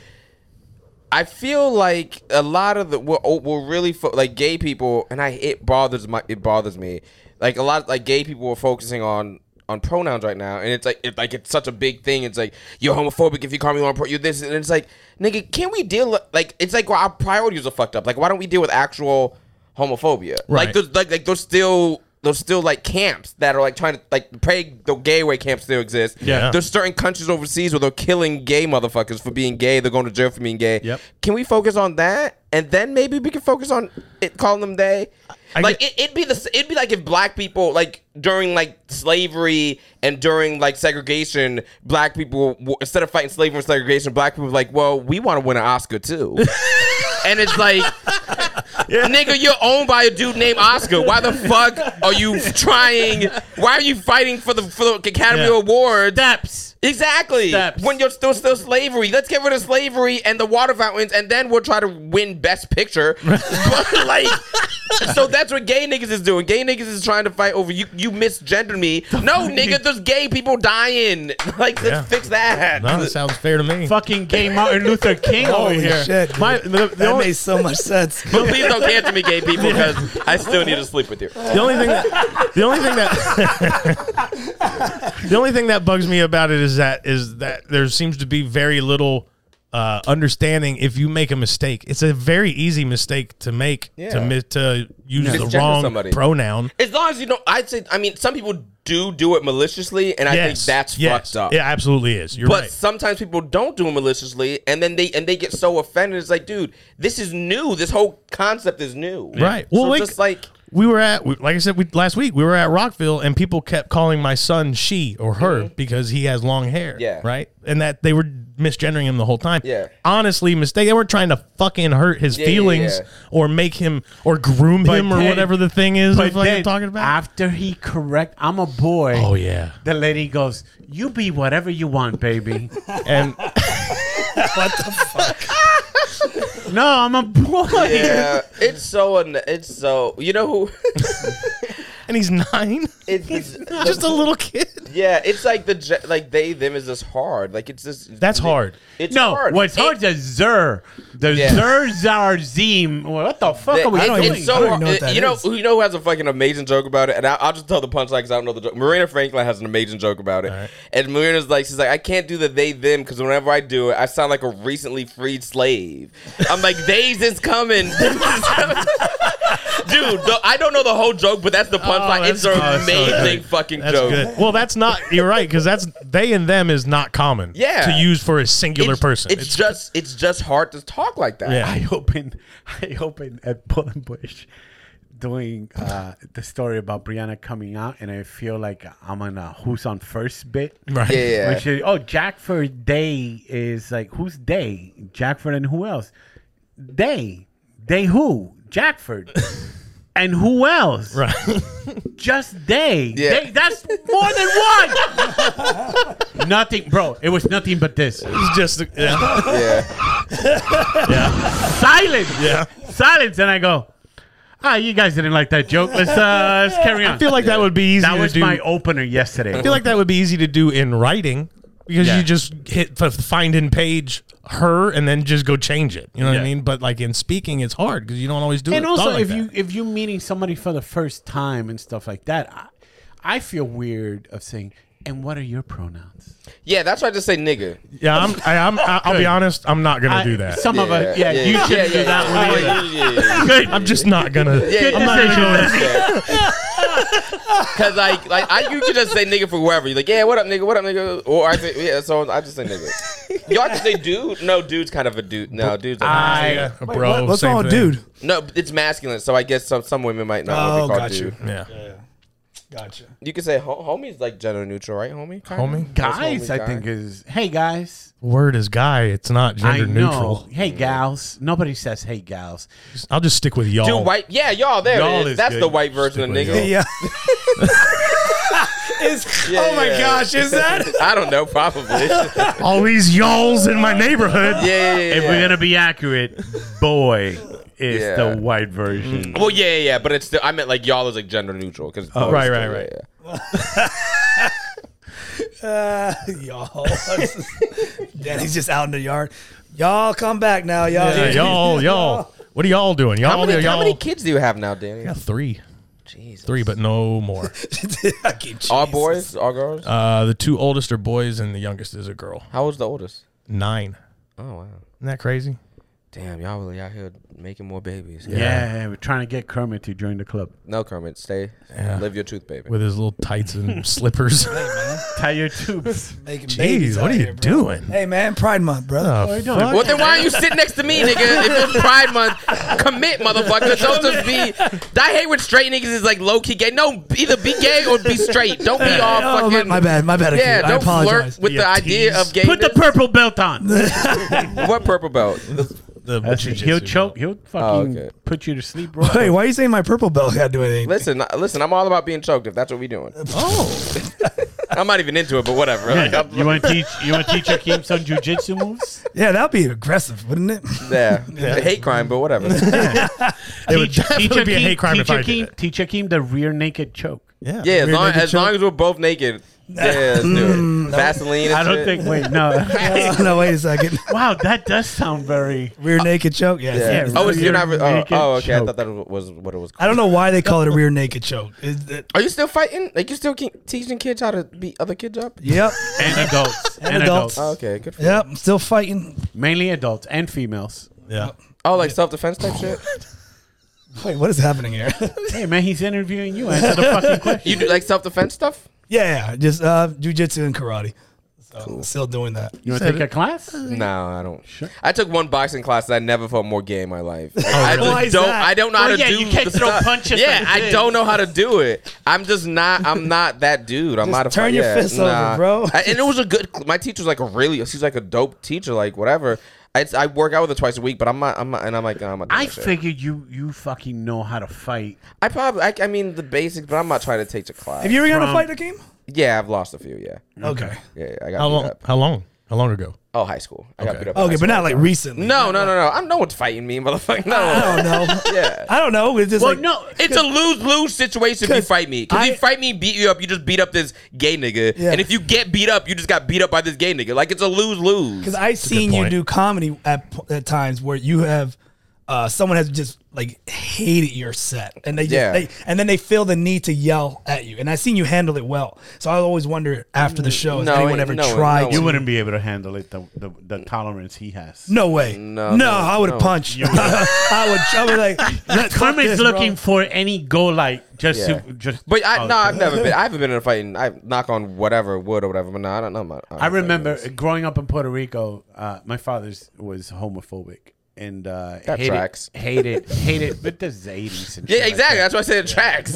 I feel like a lot of the we're, we're really fo- like gay people, and I it bothers my it bothers me. Like a lot like gay people are focusing on on pronouns right now, and it's like it, like it's such a big thing. It's like you're homophobic if you call me on pro- you're this, and it's like nigga, can we deal like it's like well, our priorities are fucked up. Like why don't we deal with actual homophobia?
Right.
Like there's like like there's still there's still like camps that are like trying to like pray the gay way camps still exist.
Yeah.
There's certain countries overseas where they're killing gay motherfuckers for being gay. They're going to jail for being gay.
Yep.
Can we focus on that? And then maybe we can focus on it, calling them they.
I
like
get-
it, it'd be the s- it'd be like if black people like during like slavery and during like segregation, black people w- instead of fighting slavery and segregation, black people were like, well, we want to win an Oscar
*laughs*
too. and it's like, nigga, you're owned by a dude named Oscar. Why the fuck are you trying? Why are you fighting for the, for the Academy
Yeah.
Award?
Steps.
Exactly.
Steps.
When you're still still slavery, let's get rid of slavery and the water fountains, and then we'll try to win Best
*laughs*
Picture. But, like, so that's what gay niggas is doing. Gay niggas is trying to fight over you. You misgendered me. No, nigga, there's gay people dying. *laughs* Like,
Yeah.
let's fix that.
No,
*laughs*
that sounds fair to me.
Fucking gay Martin
*laughs*
Luther King over
Holy
here.
shit. dude.
My- the- the
that
only-
makes so much
*laughs*
sense.
Oh,
But please don't cancel me, gay people, because I still need to sleep with you.
The only thing that the only thing that *laughs* the only thing that bugs me about it is that is that there seems to be very little uh, understanding if you make a mistake. It's a very easy mistake to make to
Yeah.
mi- to use the
Misgender
wrong
somebody.
pronoun.
As long as you don't, I'd say. I mean, some people do do it maliciously, and I
yes,
think that's
yes.
fucked up.
It absolutely is. You're
But
right.
sometimes people don't do it maliciously, and then they and they get so offended. It's like, dude, this is new. This whole concept is new.
Right.
Well, so
Well, like,
just like
we were at, we- like I said, we, last week we were at Rockville, and people kept calling my son she or her because he has long hair.
Mm-hmm. Yeah.
Right. And that they were misgendering him the whole time.
Yeah.
Honestly, mistake. They weren't trying to fucking hurt his
Yeah, yeah,
feelings
yeah.
or make him or groom
But
him or
then-
whatever the thing is. I'm
But
fucking
then
talking about.
after he correct, I'm a boy.
oh yeah.
The lady goes, "You be whatever you want, baby." *laughs*
*laughs*
And
no, I'm a boy.
yeah, it's so un- it's so you know who
*laughs*
*laughs*
and he's nine, *laughs*
it's, it's
just a little kid.
yeah it's like the ge- like they them is just hard like it's just
That's hard.
It's
No,
hard.
what's
It-
hard is zer, the
Yeah.
zer zar zim. What the fuck
That-
are we
it's-
doing?
it's so
I don't
hard.
know what that
you know,
is.
you know who has a fucking amazing joke about it, and I, I'll just tell the punchline because I don't know the joke. Marina Franklin has an amazing joke about it,
right.
and Marina's like, she's like, I can't do the they them because whenever I do it, I sound like a recently freed slave. I'm like, *laughs* they's is coming. *laughs* Them's is coming. Dude, the, I don't know the whole joke, but that's the punchline.
Oh,
it's
that's
an
good. That's so good.
amazing fucking
That's
joke.
good. Well, that's not. You're right because that's they and them is not common.
Yeah.
To use for a singular
It's,
person.
it's, just it's just hard to talk like that.
Yeah.
I open, *laughs* I open at Bullenbush, doing uh, the story about Brianna coming out, and I feel like I'm on a who's on first bit.
*laughs* right.
Yeah, yeah.
When she- oh, Jackford Day is like who's Day? Jackford and who else? Day, Day who?
*laughs*
Jackford. And who else?
Right.
*laughs* Just they.
Yeah.
They- that's more than one.
*laughs*
nothing, bro. It was nothing but this.
It's just yeah.
yeah.
Silence.
Yeah.
Silence. And I go, ah, you guys didn't like that joke. Let's, uh, let's carry on.
I feel like that would be easy
that
to
was
do.
my
I
opener yesterday.
feel like that would be easy to do in writing because
Yeah.
you just hit f- find in page her and then just go change it. You know what
Yeah.
I mean? But like in speaking, it's hard because you don't always do it.
and also,
thought like
if
that.
you if you meeting somebody for the first time and stuff like that, I, I feel weird of saying. And what are your pronouns?
Yeah, that's why I just say nigga.
yeah, I'm, I, I'm, I- I'll be honest, I'm not gonna
I-
do that. *laughs*
Some of us, yeah, you should do that one.
yeah, yeah, yeah, yeah.
Good.
I'm just not gonna.
Yeah,
I'm not
decision.
gonna *laughs* go-
*laughs* Cause like like I you can just say nigga for whoever. You're like, yeah, what up nigga, what up nigga? Or I say yeah, so I just say nigga. Y'all just say dude? No, dude's kind of a dude. No, dude's a
Yeah,
I,
bro.
What- what's
same
wrong with
thing.
dude?
No, it's masculine, so I guess some some women might not
Oh,
want to be called
got you.
dude.
Yeah.
Gotcha.
You. can say ho- homie's like gender neutral, right, homie? Kinda?
Homie?
guys,
That's homie
I think
guy.
is hey guys.
Word is guy. It's not
I
gender
know.
neutral.
Hey gals. Nobody says hey gals.
I'll just stick with y'all.
Dude, white, yeah, y'all there.
Y'all
it is.
is
That's
good.
the white version of
Stick with
nigga.
y'all.
*laughs* Yeah. *laughs* It's-
Yeah,
oh my
yeah.
gosh, is that?
*laughs* I don't know, probably. yeah,
All these y'alls in my neighborhood.
yeah, yeah,
If
yeah.
we're gonna be accurate, boy is
Yeah.
the white version.
well, yeah, yeah, yeah, but it's still, I meant like y'all is like gender neutral because
Oh, right, right, right.
Uh, y'all. *laughs* Daddy's just out in the yard. Y'all come back now, y'all.
Yeah, y'all, y'all. What are y'all doing? Y'all,
How many,
y'all.
how many kids do you have now, Danny?
Yeah, three,
Jesus.
three, but
*laughs*
no more.
*laughs* I keep
All
Jesus.
boys, all girls.
Uh, the two oldest are boys, and the youngest is a girl.
How old's the oldest?
Nine.
Oh wow.
Isn't that crazy?
Damn, y'all really out here making more babies.
Yeah. we're trying to get Kermit to join the club.
No, Kermit, stay.
Yeah.
Live your truth, baby.
With his little
*laughs*
tights and slippers.
Tie your tubes.
Making babies
Jeez, what
out
are you
here, bro.
doing? Uh,
Hey man, Pride Month, brother.
The
you doing?
fuck?
well, *laughs* then why are you sitting next to me, nigga? If it's Pride Month, commit, motherfucker. Don't just be. I hate when straight niggas is like low key gay. No, either be gay or be straight. Don't be all
Oh, my,
fucking.
my bad, my bad.
Yeah,
I
don't
apologize.
flirt with
Yeah,
the idea
tease.
of gay.
Put the purple belt
*laughs*
on.
what purple belt?
The
That's it.
jujitsu.
He'll choke. He'll fucking
okay.
put you to sleep, bro.
Wait, why are you saying my purple belt got to do anything?
Listen, I- listen. I'm all about being choked. If that's what we doing,
Oh,
I'm not even into it. But whatever. Like, I'm-
you want to teach? You want to teach your kids some jujitsu moves?
Yeah, that'd be aggressive, wouldn't it? *laughs*
yeah, hate crime, but whatever.
it would
Teach- teach
definitely be a
Akeem-
hate crime
teach
if I
Akeem-
did it.
Teach Akeem the rear naked choke.
Yeah,
Yeah, as
Rear
long,
naked
as
choke.
*laughs*
long as we're both naked, Yeah, let's do it. Vaseline. and
Hmm, I don't
shit.
think. Wait, no.
no, wait a second.
wow, that does sound very.
Rear naked choke. Yes.
Yeah.
Yeah,
oh, it's, you're
rear
not. Oh,
naked
oh, okay. I
choke.
thought that was what it was
I
called.
don't know why they call it a rear naked choke. Is that-
Are you still fighting? Like you still keep teaching kids how to beat other kids up?
yep.
And *laughs* adults. and
adults.
adults.
Oh, okay, good. For you.
Yep. I'm still fighting.
Mainly adults and females.
Yeah.
Oh, like self defense type
*laughs*
shit.
Wait, what is happening here? *laughs*
Hey, man, he's interviewing you. Answer the fucking question.
You do like self defense stuff?
yeah, just uh, jujitsu and karate. So, Still doing that.
You want to take a class?
No,
*laughs*
I don't. I took one boxing class that I never felt more gay in my life. Like, I
really?
just
Oh, Why is
don't.
that?
I don't know how
Well,
to
yeah,
do.
you can't
the
throw
stuff.
punches
Yeah,
like
I
this.
don't know how to do it. I'm just not. I'm not that dude. I'm
Just
not a
turn your
yeah,
fists over,
nah.
bro.
I- and it was a good. cl- My teacher's like a really. She's like a dope teacher. Like whatever. I, I work out with her twice a week, but I'm not. I'm not, and I'm like, no, I'm not doing
I
that shit.
figured you you fucking know how to fight.
I probably. I, I mean the basics, but I'm not trying to teach a class.
Have you ever gotten a
From-
fight a game?
yeah, I've lost a few. Yeah,
Okay.
yeah. I got
How
beat
long?
up.
How long? How long ago?
Oh, high school. I got
Okay.
beat up. in
Okay,
high
but
school.
not like recently.
No, no, no, no. I'm no one's fighting me, motherfucker. *laughs* No.
I don't know.
Yeah.
I don't know. It's just
Well,
like,
no,
It's a lose lose situation if you
'Cause
fight me. Because
I-
you fight me, beat you up, you just beat up this gay nigga.
Yeah.
And if you get beat up, you just got beat up by this gay nigga. Like it's a lose lose.
Because I've seen you
point.
do comedy at, p- at times where you have uh, someone has just like hated your set, and they just
Yeah.
they, and then they feel the need to yell at you. And I've seen you handle it well, so I always wonder after the show, has
No,
anyone
it-
ever
no, eh,
tried?
no.
to-
You wouldn't be able to handle it, the, the, the tolerance he has.
No way.
No,
No,
no,
I would
no.
have punched. *laughs* I would. I would like. fuck
Kermit's
this,
looking
Bro.
for any go light just
Yeah.
to just.
But I
Oh,
no, I've never
*laughs*
been. I haven't been in a fight. And I knock on whatever wood or whatever. But no, I don't know. I'm not- I'm not
I
fighting
remember
this.
growing up in Puerto Rico. Uh, my father's was homophobic and uh,
That
hated,
tracks.
hated hated but the eighties.
Yeah, exactly. That's why I said it tracks.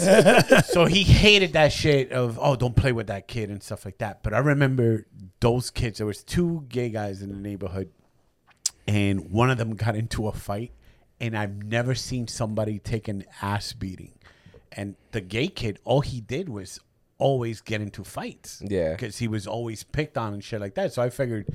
*laughs*
So he hated that shit of oh don't play with that kid and stuff like that. But I remember those kids. There was two gay guys in the neighborhood, and one of them got into a fight, and I've never seen somebody take an ass beating. And the gay kid, all he did was always get into fights.
Yeah.
because he was always picked on and shit like that. So I figured.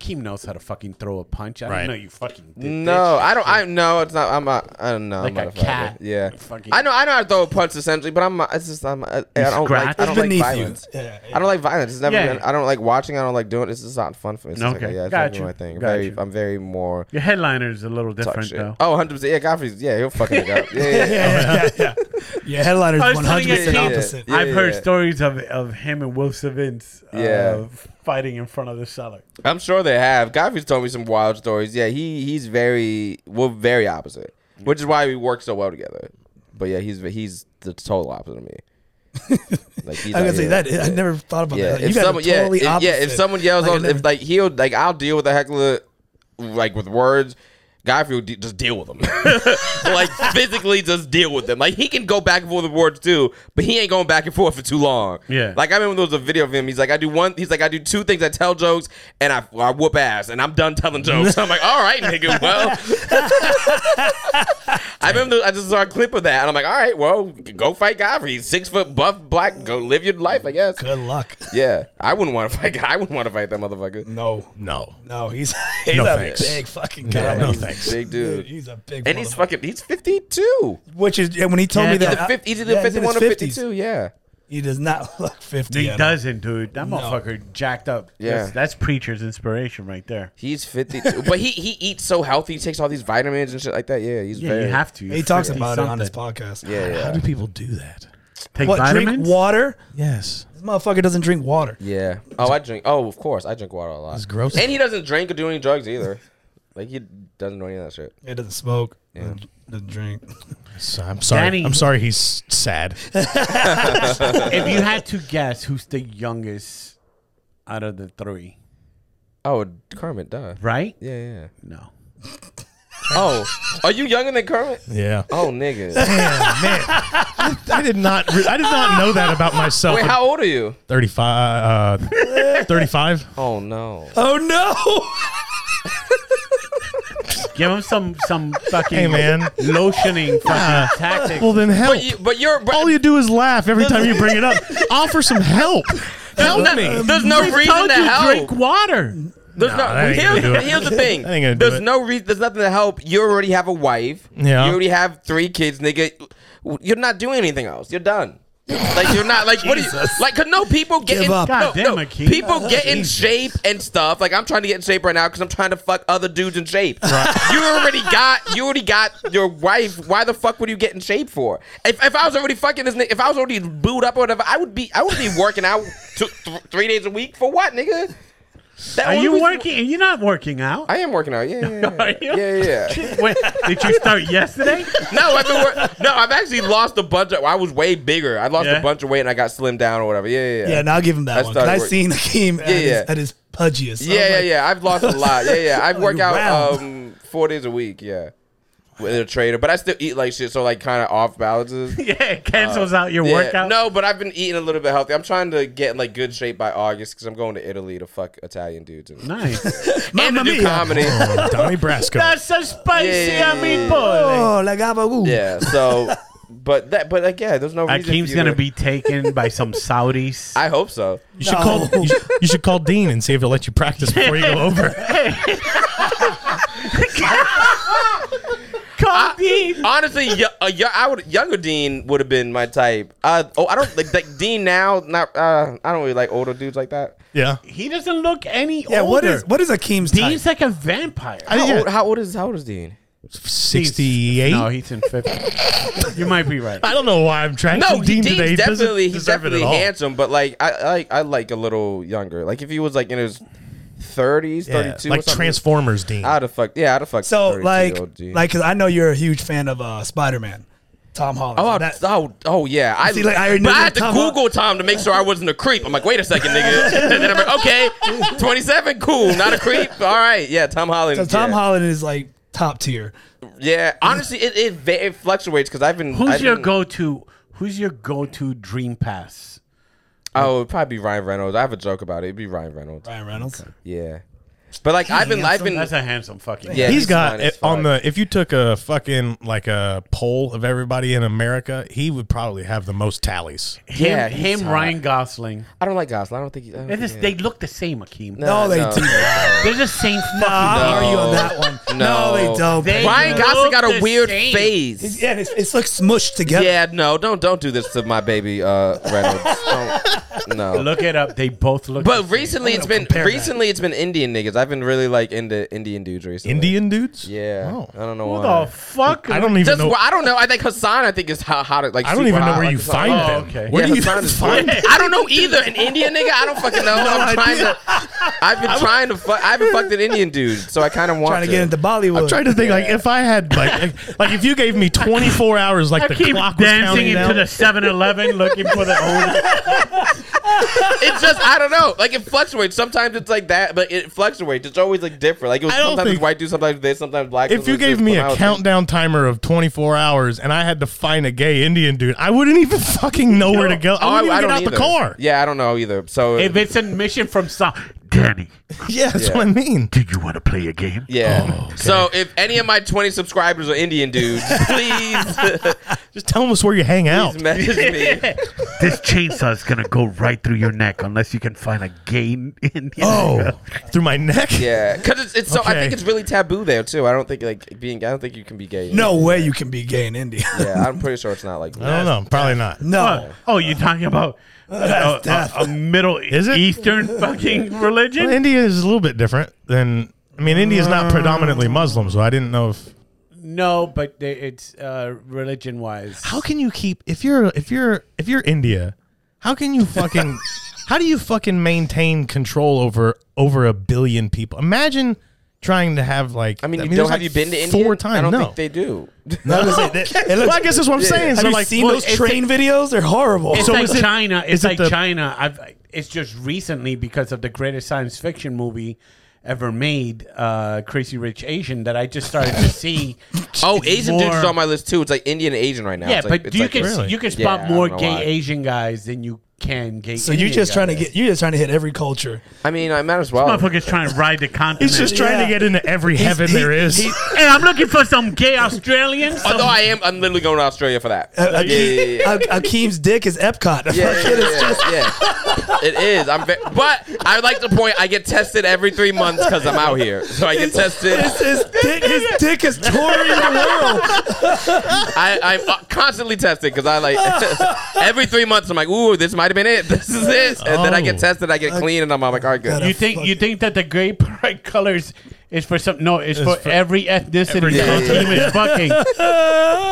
Keem knows how to fucking throw a punch. I
Right.
don't know you fucking did
No,
this.
I don't. I no, it's not. I'm not. I don't know. I'm
Like
not
a
fighter.
cat.
Yeah.
Fucking-
I know. I know how to throw a punch essentially, but I'm. uh, It's just. I'm. I, I don't
scratch?
like. I
It's
don't like
beneath you.
violence.
Yeah,
I don't like violence. It's never.
Yeah.
Been, I don't like watching. I don't like doing. it. It's just not fun for me. It's just
Okay.
Like, yeah, it's
Got
not
you.
my thing. I'm
Got
very.
you.
I'm very more.
Your headliner is a little
Talk
different
shit.
though.
Oh, 100 percent. Yeah, Godfrey's. Yeah, he'll fucking it up. Yeah, yeah,
*laughs*
yeah.
Yeah, yeah, yeah. Your headliner
I
is
was
one
telling
hundred
you,
percent
yeah.
opposite.
Yeah,
I've heard
yeah.
stories of of him and Will Savins uh,
Yeah.
fighting in front of the seller.
I'm sure they have. Godfrey's told me some wild stories. Yeah, he he's very we're very opposite, which is why we work so well together. But yeah, he's he's the total opposite
*laughs*
of me. Like he's
I was
out
gonna say
here-
that. I never thought about
Yeah,
that. You
if
guys
someone,
are totally
yeah, if,
opposite.
yeah, if someone yells,
Like, I
on,
never-
if like he'll like I'll deal with the heckler, like with words. Godfrey will de- just deal with them, *laughs* like physically just deal with them. Like he can go back and forth with words too, but he ain't going back and forth for too long.
Yeah.
like I remember there was a video of him. He's like, I do one. He's like, I do two things. I tell jokes and I, I whoop ass, and I'm done telling jokes. I'm like, all right, nigga. Well, *laughs* I remember I just saw a clip of that, and I'm like, all right, well, go fight Godfrey. He's six foot buff black. Go live your life, I guess.
good luck.
Yeah, I wouldn't want to fight. *laughs* I wouldn't want to fight that motherfucker.
No,
No.
no, he's *laughs* he's
No
a
thanks.
big fucking
Yeah,
guy.
no
He's-
thanks.
Big dude.
He's a big.
And he's
motherfucker.
fucking. He's fifty two.
Which is yeah, when he told
Yeah,
me
he's
He's
that
either fif- he's
yeah,
either
in
fifty
his
one or
50s.
fifty two. Yeah.
He does not *laughs* look fifty.
He
at all.
doesn't, dude. That motherfucker jacked up.
Yeah.
That's, that's preacher's inspiration right there.
He's fifty two. but he he eats so healthy. He takes all these vitamins and shit like that. Yeah, he's
Yeah,
very.
you have to.
He talks
You're
about it on his
something.
podcast.
Yeah,
How
yeah,
do people do that?
Take
What drink
vitamins?
water?
Yes.
This motherfucker doesn't drink water.
yeah. Oh, I drink. Oh, of course, I drink water a lot.
It's gross.
And he doesn't drink or do any drugs either. Like he doesn't do any of that shit.
He doesn't smoke. Doesn't- Doesn't drink.
So I'm sorry.
Danny.
I'm sorry. He's sad.
if you had to guess who's the youngest out of the three,
Oh, Kermit, duh.
right?
Yeah, yeah.
No.
Oh, are you younger than Kermit?
Yeah.
*laughs* Oh, nigga.
I did not. Re- I did not know that about myself.
Wait,
at
how old are you?
35.
*laughs*
Uh, 35.
Oh no.
Oh no!
Give him some *laughs* some fucking
Hey, man.
lotioning fucking tactic.
Well, then help.
But you, but you're. But,
All you do is laugh every time you bring
*laughs*
it up. Offer some help. Help
no,
me.
There's no reason
told
to
you
help.
drink water.
There's
Nah,
no.
that ain't
here's,
gonna do it.
here's the thing.
*laughs* That ain't gonna do
there's
it.
no reason. There's nothing to help. You already have a wife.
Yeah.
You already have three kids, nigga. You're not doing anything else. You're done. Like you're not like what do you
Jesus.
like? Cause no people get
Give
in,
up. Oh,
no,
God damn
no,
it, Keith.
people get in shape and stuff. Like I'm trying to get in shape right now because I'm trying to fuck other dudes in shape. You already got you already got your wife. Why the fuck would you get in shape for? If, if I was already fucking this, ni- if I was already booed up or whatever, I would be I would be working out two, th- three days a week for what, nigga? That
Are
only
you
reason-
working? You're not working out.
I am working out. Yeah, yeah,
*laughs* Are
yeah.
you?
yeah, yeah,
*laughs*
yeah.
Wait, did you
*laughs*
start yesterday?
No, I've been wor- no. I've actually lost a bunch of. I was way bigger. I lost
Yeah.
a bunch of weight and I got slimmed down or whatever. Yeah, yeah, yeah.
*laughs* Yeah, and I'll give him that
That's
one. 'cause
not
I
work-
seen Hakeem at,
Yeah, yeah.
His, at his pudgiest. I was
yeah, yeah,
like, Oh,
yeah. I've
*laughs*
lost a lot. Yeah, yeah. I work out
Wow.
um four days a week. Yeah, with a trader, but I still eat like shit. So like kind of off
*laughs*
balances.
*laughs* yeah, it cancels out your
Yeah.
workout.
No, but I've been eating a little bit healthy. I'm trying to get in like good shape by August because I'm going to Italy to fuck Italian dudes and,
Nice.
and to
Mamma
do
mia.
comedy.
Oh, Donnie
*laughs*
Brasco.
That's a spicy
Yeah.
meatball.
Oh, like Abawu.
yeah. So, but that, but like, yeah, there's no reason. for
Akeem's
you
gonna
to-
be taken by some Saudis.
I hope so.
You should call.
No.
You should, you should call Dean and see if he'll let you practice
*laughs*
before you go over.
Come, Dean.
Honestly, yo- a yo- I would younger Dean would have been my type. Uh, oh, I don't like, like Dean now. Not uh, I don't really like older dudes like that.
Yeah.
He doesn't look any
Yeah,
older.
what is what is Akeem's type?
Dean's like a vampire.
How,
yeah.
old, how old is how old is Dean?
Sixty-eight.
No, he's in fifty. *laughs* you might be right.
I don't know why I'm tracking
No,
Dean
Dean's
today. He doesn't
definitely he's
deserve it at
definitely
all.
handsome, but like I, I like- I like a little younger. Like if he was like in his thirties,
Yeah,
thirty two,
like Transformers Dean.
I'd have fucked. Yeah, I'd have fucked.
So
32
like,
old Dean.
like, cause I know you're a huge fan of uh, Spider Man, Tom Holland.
Oh,
That-
oh, oh, yeah. I,
See, like, I
but
remember
I had to
Tom-
Google Tom to make sure I wasn't a creep. I'm like, wait a second, nigga. *laughs* and then I'm like, okay, 27, cool, not a creep. All right, yeah, Tom Holland.
so Tom
yeah.
Holland is like top tier.
Yeah, honestly, it it, va- it fluctuates because I've been.
Who's
I've
your
been-
go-to? Who's your go-to dream pass?
Oh, it'd probably be Ryan Reynolds. I have a joke about it. It'd be Ryan Reynolds.
Ryan Reynolds.
Yeah, but like I've been, I've been.
That's a handsome fucking.
yeah,
he's got
fine
it
as
on
fuck.
the. If you took a fucking like a poll of everybody in America, he would probably have the most tallies.
Him,
Yeah, he's
him,
hot.
Ryan Gosling.
I don't like Gosling. I don't think. He, I don't
They, just,
think-
they look the same, Akeem.
No, they do.
*laughs*
They're the same fucking.
How are you on
No.
that one?
No.
they don't.
They-
Ryan
look
Gosling got a
the
weird
same.
face.
yeah, it's, it's like smushed together.
Yeah, no, don't don't do this to my baby uh, Reynolds. Don't, no.
Look it up. They both look. the
But
same.
recently it's been
compare that.
recently it's been Indian niggas. I've been really like into Indian dudes recently.
Indian dudes.
Yeah. Uh,
Oh.
I don't know
Who
why.
the fuck?
I don't even
Just
know.
well, I don't know. I think Hassan. I think is how how to like.
I don't
super
even know
hot.
where
Like,
you
Hassan-
find
Oh,
them.
okay.
Where
yeah,
do you
Hassan is
find
weird.
them?
I don't know either. An Indian nigga? I don't fucking
*laughs*
know. I'm trying to. I've been trying to fuck. I haven't fucked an Indian dude, so I kind of want
Trying to get into Bollywood.
I'm trying
*laughs*
to think like if I had like like, like if you
*laughs*
gave me 24 hours like the
Keep
clock was
dancing
counting
into
down.
the 7-Eleven looking for the owner.
It's just I don't know. Like it fluctuates. Sometimes it's like that, but it fluctuates. It's always like different. Like it was
I don't
sometimes
think-
it's white dude, sometimes this, sometimes black.
if you
sometimes
gave
this,
me
sometimes
a
that.
countdown timer of 24 hours and I had to find a gay Indian dude, I wouldn't even fucking know where to go.
Oh,
I wouldn't even get out
either.
the car.
Yeah, I don't know either. So
If it's a mission from South, Danny,
Yeah, that's
Yeah.
what I mean.
do you want to play a game?
Yeah.
Oh,
So if any of my 20 subscribers are Indian
*laughs*
dudes, please, *laughs*
Just tell us where you hang out.
please message
*laughs*
me.
This chainsaw is gonna go right through your neck unless you can find a gay Indian.
*laughs* Oh, through my neck.
Yeah, because it's, it's so. I
Okay.
think it's really taboo there too. I don't think like being. I don't think you can be gay. in
no way you can be gay in India.
India. Yeah, I'm pretty sure it's not like.
I don't know. Probably
*laughs*
not.
No.
oh, you're talking about uh,
That's death.
a, a Middle
Oh, Is it?
Eastern fucking
Well,
religion?
India is a little bit different than. I mean, India is not predominantly Muslim, so I didn't know if.
No, but they- it's uh, religion wise.
How can you keep if you're if you're if you're India? How can you *laughs* fucking? how do you fucking maintain control over over a billion people? Imagine trying to have like.
I mean, you don't
there's,
have
like,
you been to India?
four times?
I don't
no.
think they do.
*laughs*
No, it's *laughs* like- it
well,
looks-
I guess that's what I'm saying.
Have
so
you
like,
seen
well,
those
it's-
train videos? They're horrible.
It's
So
like
is it-
China. It's
is it
like
the-
China. I've. It's just recently because of the greatest science fiction movie ever made, uh, Crazy Rich Asian, that I just started to *laughs* see.
*laughs* Oh, Asian dudes
more-
is on my list too. It's like Indian and Asian right now.
Yeah,
It's like,
but
it's
you
like
can
Really?
you can
Yeah, I
spot
don't
more
know
gay
why.
Asian guys than you can get.
So you're
Indian
just trying to
guy.
get you're just trying to hit every culture.
I mean, I might as well.
Motherfuckers trying to ride the continent.
He's just trying to
Yeah.
get into every heaven
he-
there is.
he-
Hey, I'm looking for some gay Australians. some-
Although I am, I'm literally going to Australia for that.
Uh,
A- a-
yeah, yeah, yeah.
*laughs*
a- Akeem's dick is Epcot.
Yeah, yeah, yeah, yeah. It is. I'm, ve- but I would like to point. I get tested every three months because I'm out here, so I get tested.
His, his dick, his dick is touring the *laughs* world.
I, I'm uh, constantly tested because I like *laughs* every three months. I'm like, ooh, this might have been it. *laughs* This is it. And then I get
Oh.
tested. I get clean, and I'm, I'm like, all right, good.
you think you think that the gay *laughs* pride colors is for some? No, it's, for,
for
every ethnicity.
every
that
continent.
he was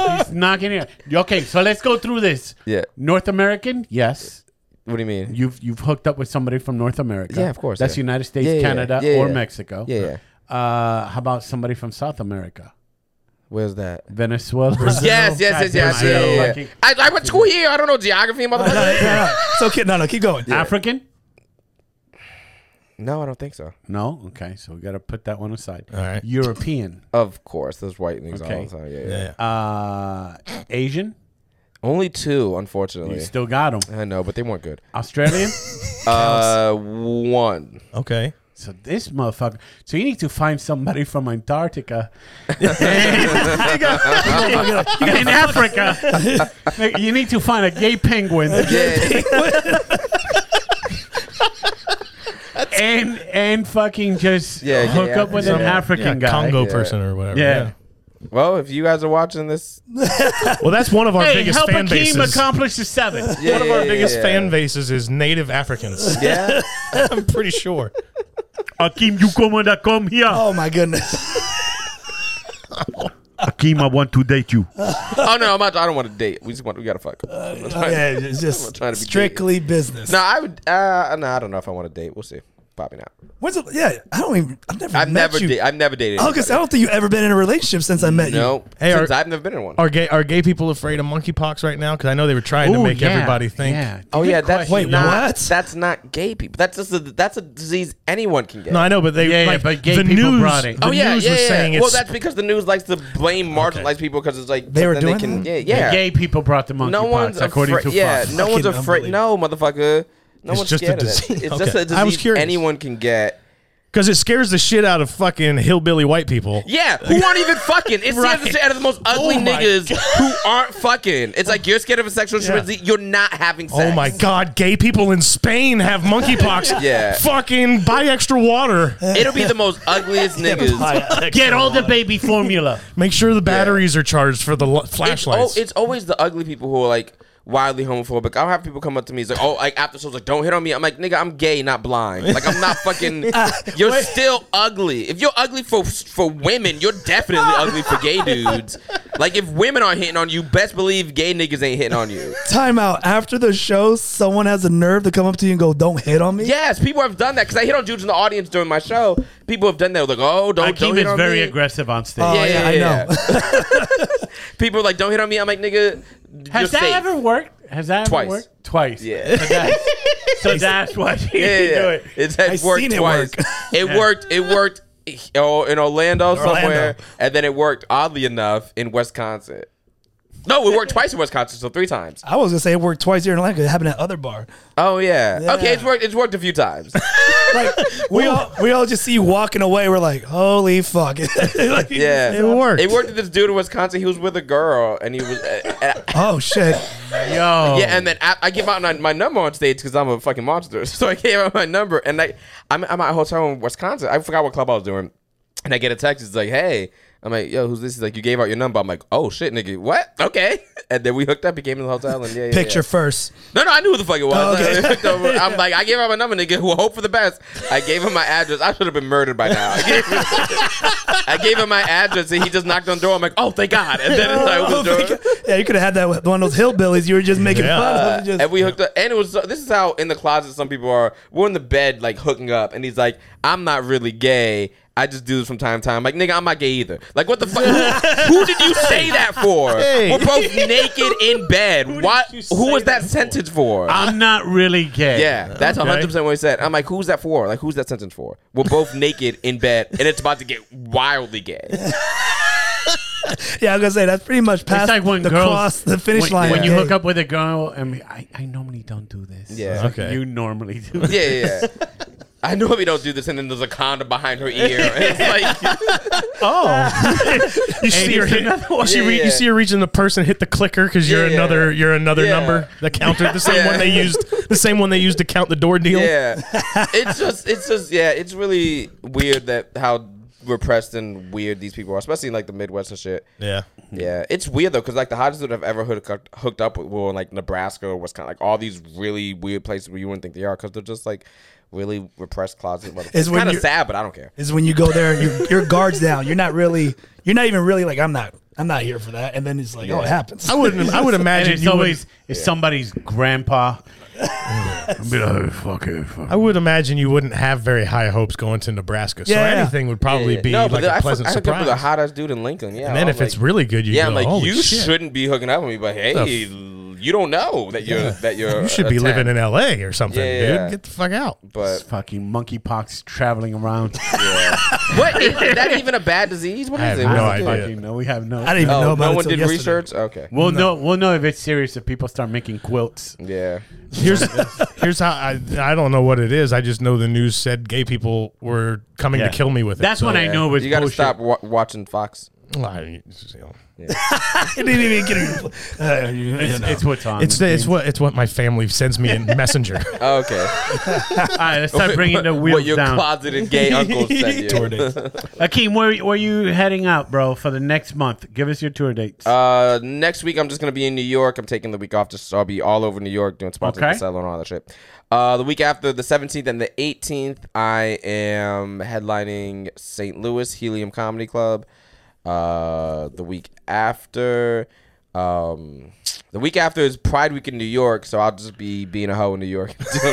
fucking. He's knocking it. Okay, so let's go through this.
Yeah.
North American, yes.
What do you mean?
You've you've hooked up with somebody from North America.
Yeah, of course,
That's
yeah.
United States,
Yeah, yeah,
Canada,
yeah,
or
yeah.
Mexico.
Yeah, yeah.
Uh, how about somebody from South America?
Where's that?
Venezuela.
Yes, yes, yes, yes.
Goddamn,
yeah,
I know.
yeah, yeah.
Fucking-
I, I went to school here. I don't know geography, motherfucker.
So keep, no, no, keep
*laughs*
going.
African?
*laughs* No, I don't think so.
No. Okay, so we got to put that one aside. All
right.
European.
Of course, there's white niggas
Okay.
all the time. Yeah, yeah.
yeah.
Uh, Asian.
Only two,
You
unfortunately.
still got them.
I know, but they weren't good.
*laughs* Australian.
Uh, one.
Okay.
So this motherfucker. So you need to find somebody from *laughs* Antarctica. in Africa. *laughs* you need to find a gay *laughs* penguin.
Yeah,
and and fucking just
Yeah, yeah,
hook
yeah.
up with an African guy.
Congo
Yeah.
person or whatever.
Yeah.
*laughs* well, if you guys are watching this,
Well, that's one of our
Hey,
biggest
help
fan bases.
Akeem accomplish the *laughs* seven.
yeah,
one of
yeah,
our
yeah,
biggest
yeah.
fan bases is native Africans.
*laughs* Yeah,
*laughs* I'm pretty sure.
Akeem, you come and I come here. *laughs*
Oh my goodness.
Akeem, I want to date you.
oh no, I'm not, I don't want to date. We just want we gotta fuck.
*laughs* Yeah, it's
I'm
just
trying to be
strictly business.
no, I would. Uh, no, I don't know if I want to date. We'll see. Probably not.
When's the, yeah, I don't even. I've never.
I've
met
never.
you.
Da- I've never dated.
Oh, 'cause I don't think you've ever been in a relationship since I met you.
no,
Hey,
since
are-
I've never been in one.
Are gay are gay people afraid of monkeypox right now? Because I know they were trying to make everybody think.
Yeah.
oh yeah, that's
question. Wait,
not,
what?
That's not gay people. That's just a, that's a disease anyone can get.
No, I know, but they
Yeah,
like,
yeah, but gay
the
people
news,
brought it.
The
Oh yeah,
news
yeah,
was
yeah.
saying
well,
it's
that's because the news likes to blame marginalized people because it's like
They
but
were
then
doing
can,
that?
Yeah, yeah.
Gay people brought the monkeypox,
no one's
according
afraid.
to
Yeah,
Fox.
no one's
Fucking
afraid. No, motherfucker. No
It's
one's
just a
scared of
disease.
that. It's
Okay.
just a disease
I was curious.
anyone can get.
because it scares the shit out of fucking hillbilly white people.
Yeah, who aren't even fucking. It's
Right.
scares the shit out of the most ugly
Oh my
niggas who aren't fucking. It's like you're scared of a sexual disease. You're not having sex.
Oh my god, gay people in Spain have monkeypox.
*laughs* Yeah.
Fucking buy extra water.
It'll be the most ugliest
*laughs*
niggas.
Get all the
*laughs*
baby formula.
Make sure the batteries are charged for the l-
It's, oh,
flashlights.
it's always the ugly people who are like wildly homophobic. I'll have people come up to me. It's like, oh, like after shows, like, don't hit on me. I'm like, nigga, I'm gay, not blind.
*laughs*
Like, I'm not fucking.
Ah,
you're still ugly. If you're ugly for for women, you're definitely
*laughs*
ugly for gay dudes. Like, if women aren't hitting on you, best believe gay niggas ain't hitting on you.
*laughs* Time out. After the show, someone has a nerve to come up to you and go, "Don't hit on me."
Yes, people have done that because I hit on dudes in the audience during my show. People have done that. Like, oh, don't, don't
Akeem
hit
is
on
very
me. Uh,
aggressive on stage.
Oh, yeah, I know.
yeah. *laughs* people are like, don't hit on me. I'm like, nigga, you're
Has that
safe.
ever worked? Has that ever
Twice.
worked? Twice.
Yeah.
So
*laughs*
that's, so that's why you
Yeah, yeah,
do
yeah.
it.
It's had
I've
worked
seen it
twice.
work.
It worked. It worked. Oh, in Orlando, somewhere, and then it worked. Oddly enough, in Wisconsin. No, it worked twice in Wisconsin, so three times.
I was gonna say it worked twice here in Atlanta. 'cause It happened at other bar.
Oh yeah.
Yeah.
Okay, it's worked. It's worked a few times. *laughs*
Like we all we all just see you walking away. We're like, "Holy fuck!" *laughs* Like,
Yeah,
It worked.
It worked with this dude in Wisconsin. He was with a girl, and he was. and-
Oh shit.
Yo.
Oh.
Yeah, and then I, I give out my, my number on stage because I'm a fucking monster. *laughs* So I gave out my number, and I, I'm, I'm at a hotel in Wisconsin. I forgot what club I was doing, and I get a text. It's like, hey, I'm like, yo, who's this? He's like, you gave out your number. I'm like, oh shit, nigga, what? *laughs* Okay, and then we hooked up. He came to the hotel, and yeah, yeah,
Picture
yeah.
first.
No, no, *laughs* I knew who the fuck it was.
Oh, okay.
We hooked up.
*laughs*
I'm like, I gave out my number, nigga. Who hope for the best? I gave him my address. I should have been murdered by now. *laughs* I gave, I gave him my address, and he just knocked on the door. I'm like, oh, thank God. And then I
Oh,
opened the
my
door.
God. yeah, you could have had that with one of those hillbillies you were just making
Yeah.
fun of. Just,
and we hooked up, and Uh, it was this is how in the closet some people are. We're in the bed like hooking up, and he's like, "I'm not really gay. I just do this from time to time." Like, nigga, I'm not gay either. Like, what the fuck? who, who
*laughs*
did you say that for?
Hey.
We're
*laughs*
both naked in bed. What?
you
Who
say
was that,
that for?
sentence for?
I'm not really gay.
yeah, that's
Okay.
100 percent what he said. I'm like, who's that for? Like, who's that sentence
*laughs*
for? We're both naked in bed, and it's about to get wildly gay.
yeah, I was gonna say that's pretty much past
It's like when
the
girls
cross the finish
when,
line.
when you
Yeah.
hook up with a girl. I mean, I, I normally don't do this.
Yeah.
Like,
Okay.
You normally do. This.
Yeah, yeah. yeah. I know we don't do this, and then there's a condom behind her ear. *laughs* It's like,
Oh,
*laughs* You see her
there's
hit.
another
She
Yeah,
re-
yeah.
You see her reaching the person, hit the clicker because you're
Yeah.
another. You're another
Yeah.
number. The counter, the same
Yeah.
one they used. The same one they used to count the door deal. *laughs*
yeah. It's just, it's just, yeah. It's really weird that how repressed and weird these people are, especially in like the Midwest and shit.
Yeah.
Yeah, it's weird though, because like the hottest that I've ever hooked, hooked up with were in like Nebraska or Wisconsin, like all these really weird places where you wouldn't think they are, because they're just like really repressed closet. motherfuckers.
It's
It's
when
kind of
you're-
sad, but I don't care.
is when you go there, your, your guard's down. You're not really, you're not even really like I'm not, I'm not here for that. And then it's like, oh, it happens.
I wouldn't. I
*laughs*
would
and
imagine
it's
you.
always
Would,
it's somebody's grandpa. I'd be like, "Hey, fuck it, fuck.
I would imagine you wouldn't have very high hopes going to Nebraska. So
Yeah.
anything would probably
Yeah.
be
no, but
like
the- I
a
fuck-
pleasant
I hooked up
surprise.
with the hottest dude in Lincoln. Yeah,
and then
I
if
was
it's
like-
really good, you
yeah,
go,
I'm like
Holy
you
shit.
shouldn't be hooking up with me, but hey, you don't know that you're that you're.
You should be living in L.A. or something,
uh, Yeah,
dude.
yeah.
Get the fuck out.
This
But
fucking monkeypox traveling around. *laughs*
what is that even a bad disease? What
I
is
have
it? What
no
is it?
idea.
fucking know. We have no.
I didn't even
Oh,
know about
no
it
one
till
did
yesterday.
research. Okay.
We'll know. We'll know if it's serious if people start making quilts.
Yeah. *laughs*
Here's here's how I I don't know what it is. I just know the news said gay people were coming
Yeah.
to kill me with it.
That's
so-
when I know it was
You got to
bullshit.
stop wa- watching Fox.
Well, I- you know.
It didn't even get.
*laughs*
a- Uh, you- you
It's,
know.
it's what's on.
It's it's what it's what my family sends me in Messenger.
Oh, okay.
All right, *laughs* let's *laughs* start bringing
*laughs*
the
what
wheels
your
down.
closeted gay uncle
*laughs*
said.
Tour
you.
dates.
*laughs*
Akeem, where where you heading out, bro, for the next month? Give us your tour dates.
Uh, next week I'm just gonna be in New York. I'm taking the week off. Just I'll be all over New York doing sponsored
Okay.
okay. and all that shit. Uh, the week after the 17th and the 18th, I am headlining St. Louis Helium Comedy Club. Uh, the week after, um, the week after is Pride Week in New York, so I'll just be being a hoe in New York. *laughs*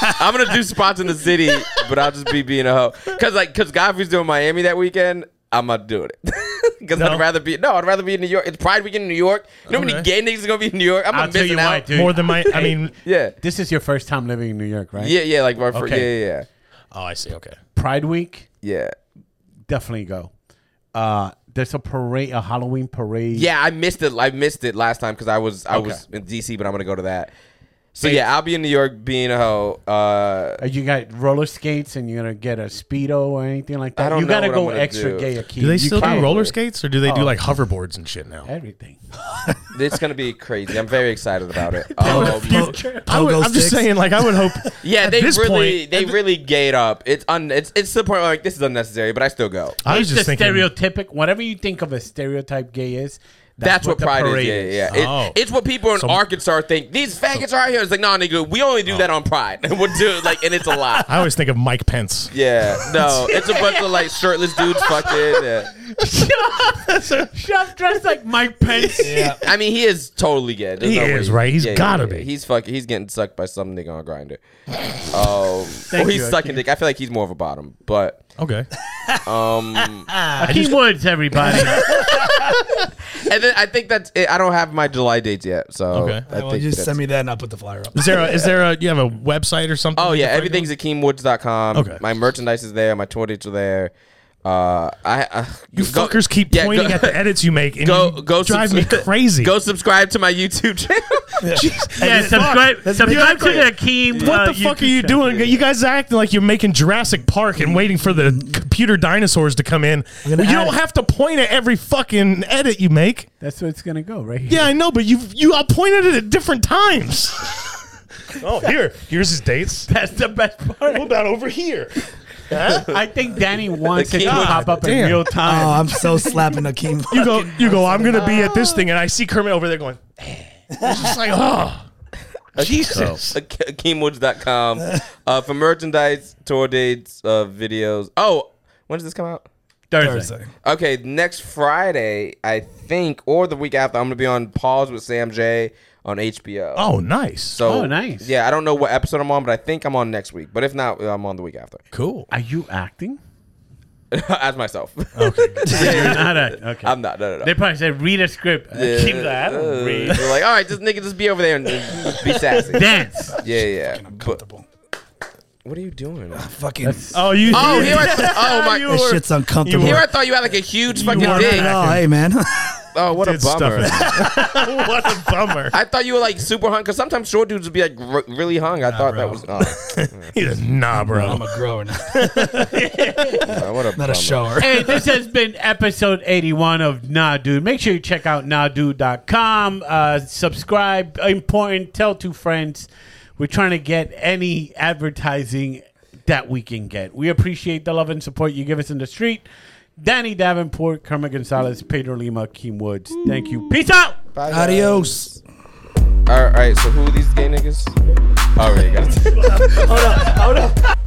I'm gonna do spots in the city, but I'll just be being a hoe. Cause like, cause Godfrey's doing Miami that weekend. I'm not doing it. *laughs* Cause I'd rather be no, I'd rather be in New York. It's Pride Weekend in New York. You know how many gay
Okay.
niggas are gonna be in New York? I'm
I'll
not
tell
missing
you
out.
why, dude.
More than my, I mean,
Yeah,
this is your first time living in New York, right?
yeah, yeah. Like my fr-
Okay.
yeah, yeah,
oh, I see. Okay,
Pride Week,
yeah.
definitely go. Uh, there's a parade, a Halloween parade.
Yeah, I missed it. I missed it last time because I was I
Okay.
was in DC, but I'm gonna go to that. So yeah, I'll be in New York being a hoe. Uh,
Uh, You got roller skates, and you're gonna get a speedo or anything like that.
I don't
you
know
gotta
what I'm
go
gonna
extra
do.
gay, Akeem.
do they
You
still do
can't-
roller skates or do they do like hoverboards and shit now?
Everything.
it's gonna be crazy. I'm very excited about it. Um,
*laughs*
I would,
Pogo
I'm *laughs* just
sticks.
saying, like, I would hope.
*laughs* yeah,
at
they
this
really
point,
they really gayed up. It's un it's it's to the point where like this is unnecessary, but I still go.
I was
it's
just
the
thinking.
stereotypic. Whatever you think of a stereotype gay is,
That's, what,
the
pride is.
parade
Yeah, yeah. yeah. It-
Oh.
it's what people in Arkansas think. These faggots are out here. It's like, no, nigga, we only do that on Pride. *laughs* we'll do like, and it's a lot.
I always think of Mike Pence.
Yeah, no, it's a bunch of like shirtless dudes fucking. Yeah.
Shove dressed like Mike
*laughs*
Pence.
I mean, he is totally gay. There's
He
no way
is, right? He's
yeah, yeah,
gotta
yeah.
be.
He's fucking. He's getting sucked by some nigga on Grinder.
*laughs*
Um, or he's
you,
sucking dick. I feel like he's more of a bottom, but
Okay.
Akeem Woods,
*laughs*
everybody.
and then I think that's it. I don't have my July dates yet, so
Okay.
I
Well,
think
Well, just
that's-
send me that and I'll put the flyer
*laughs*
up.
Is there a, is there a, you have a website or something?
Oh
you
yeah,
can find
everything's
out?
at keemwoods.com.
Okay.
My merchandise is there. My tour dates are there. Uh, I uh,
You fuckers keep pointing
go, *laughs*
at the edits you make and
Go *laughs*
you
go
drive me
subs-
crazy.
Go subscribe to my YouTube channel. *laughs*
*laughs*
yeah, subscribe.
Let's
Subscribe to
make it
the Akeem.
What
uh,
the fuck
YouTube
are you
channel.
doing? You guys are acting like you're making Jurassic Park and waiting for the computer dinosaurs to come in.
I'm gonna
Well, you
add-
don't have to point at every fucking edit you make.
That's where it's gonna go, right here.
Yeah, I know, but you you all pointed at it at different times. *laughs* oh, here, here's his dates.
*laughs* That's the best part.
What about over here?
I
*laughs*
think Danny wants it to
God
pop up in
damn.
real
Oh,
time.
I'm so slapping Akeem.
You go, you go. I'm gonna be at this thing, and I see Kermit over there going. It's just like, oh, Jesus. *laughs*
keemwoods.com uh, for merchandise, tour dates, uh, videos. Oh, when does this come out?
Thursday.
Thursday.
Okay, next Friday, I think, or the week after, I'm gonna be on Pause with Sam J on HBO.
Oh, nice.
so
Oh, nice.
Yeah, I don't know what episode I'm on, but I think I'm on next week. But if not, I'm on the week after. *laughs*
Cool.
Are you
*laughs*
acting?
As myself,
You're not acting.
*laughs*
Okay.
I'm not. No, no, no.
They probably said read a script.
Yeah.
Keep that. I don't
Uh,
read.
They're like, all right, just nigga, just be over there and just be sassy.
Dance.
yeah, yeah. But, What are you doing?
*laughs* Fucking
Oh, you.
Oh, here I, oh my!
You
that
were-
shit's uncomfortable.
Here I thought you had like a huge fucking
are
dick.
not-
oh, hey man.
Oh, what a
Did stuff
bummer!
it. *laughs* what a bummer.
I thought you were like super hung because sometimes short dudes would be like r- really hung. I thought that was oh,
He does- nah, bro.
I'm a grower, not,
oh, what a
*laughs* not
bummer.
a shower.
Hey, this has been episode 81 of Nah Dude. Make sure you check out nahdude.com. Uh, subscribe. Important. Tell two friends. We're trying to get any advertising that we can get. We appreciate the love and support you give us in the street. Danny Davenport, Kermit Gonzalez, Pedro Lima, Keem Woods. Thank you. Peace out.
Bye, guys.
Adios.
All right, all right, so who are these gay niggas? All right, guys.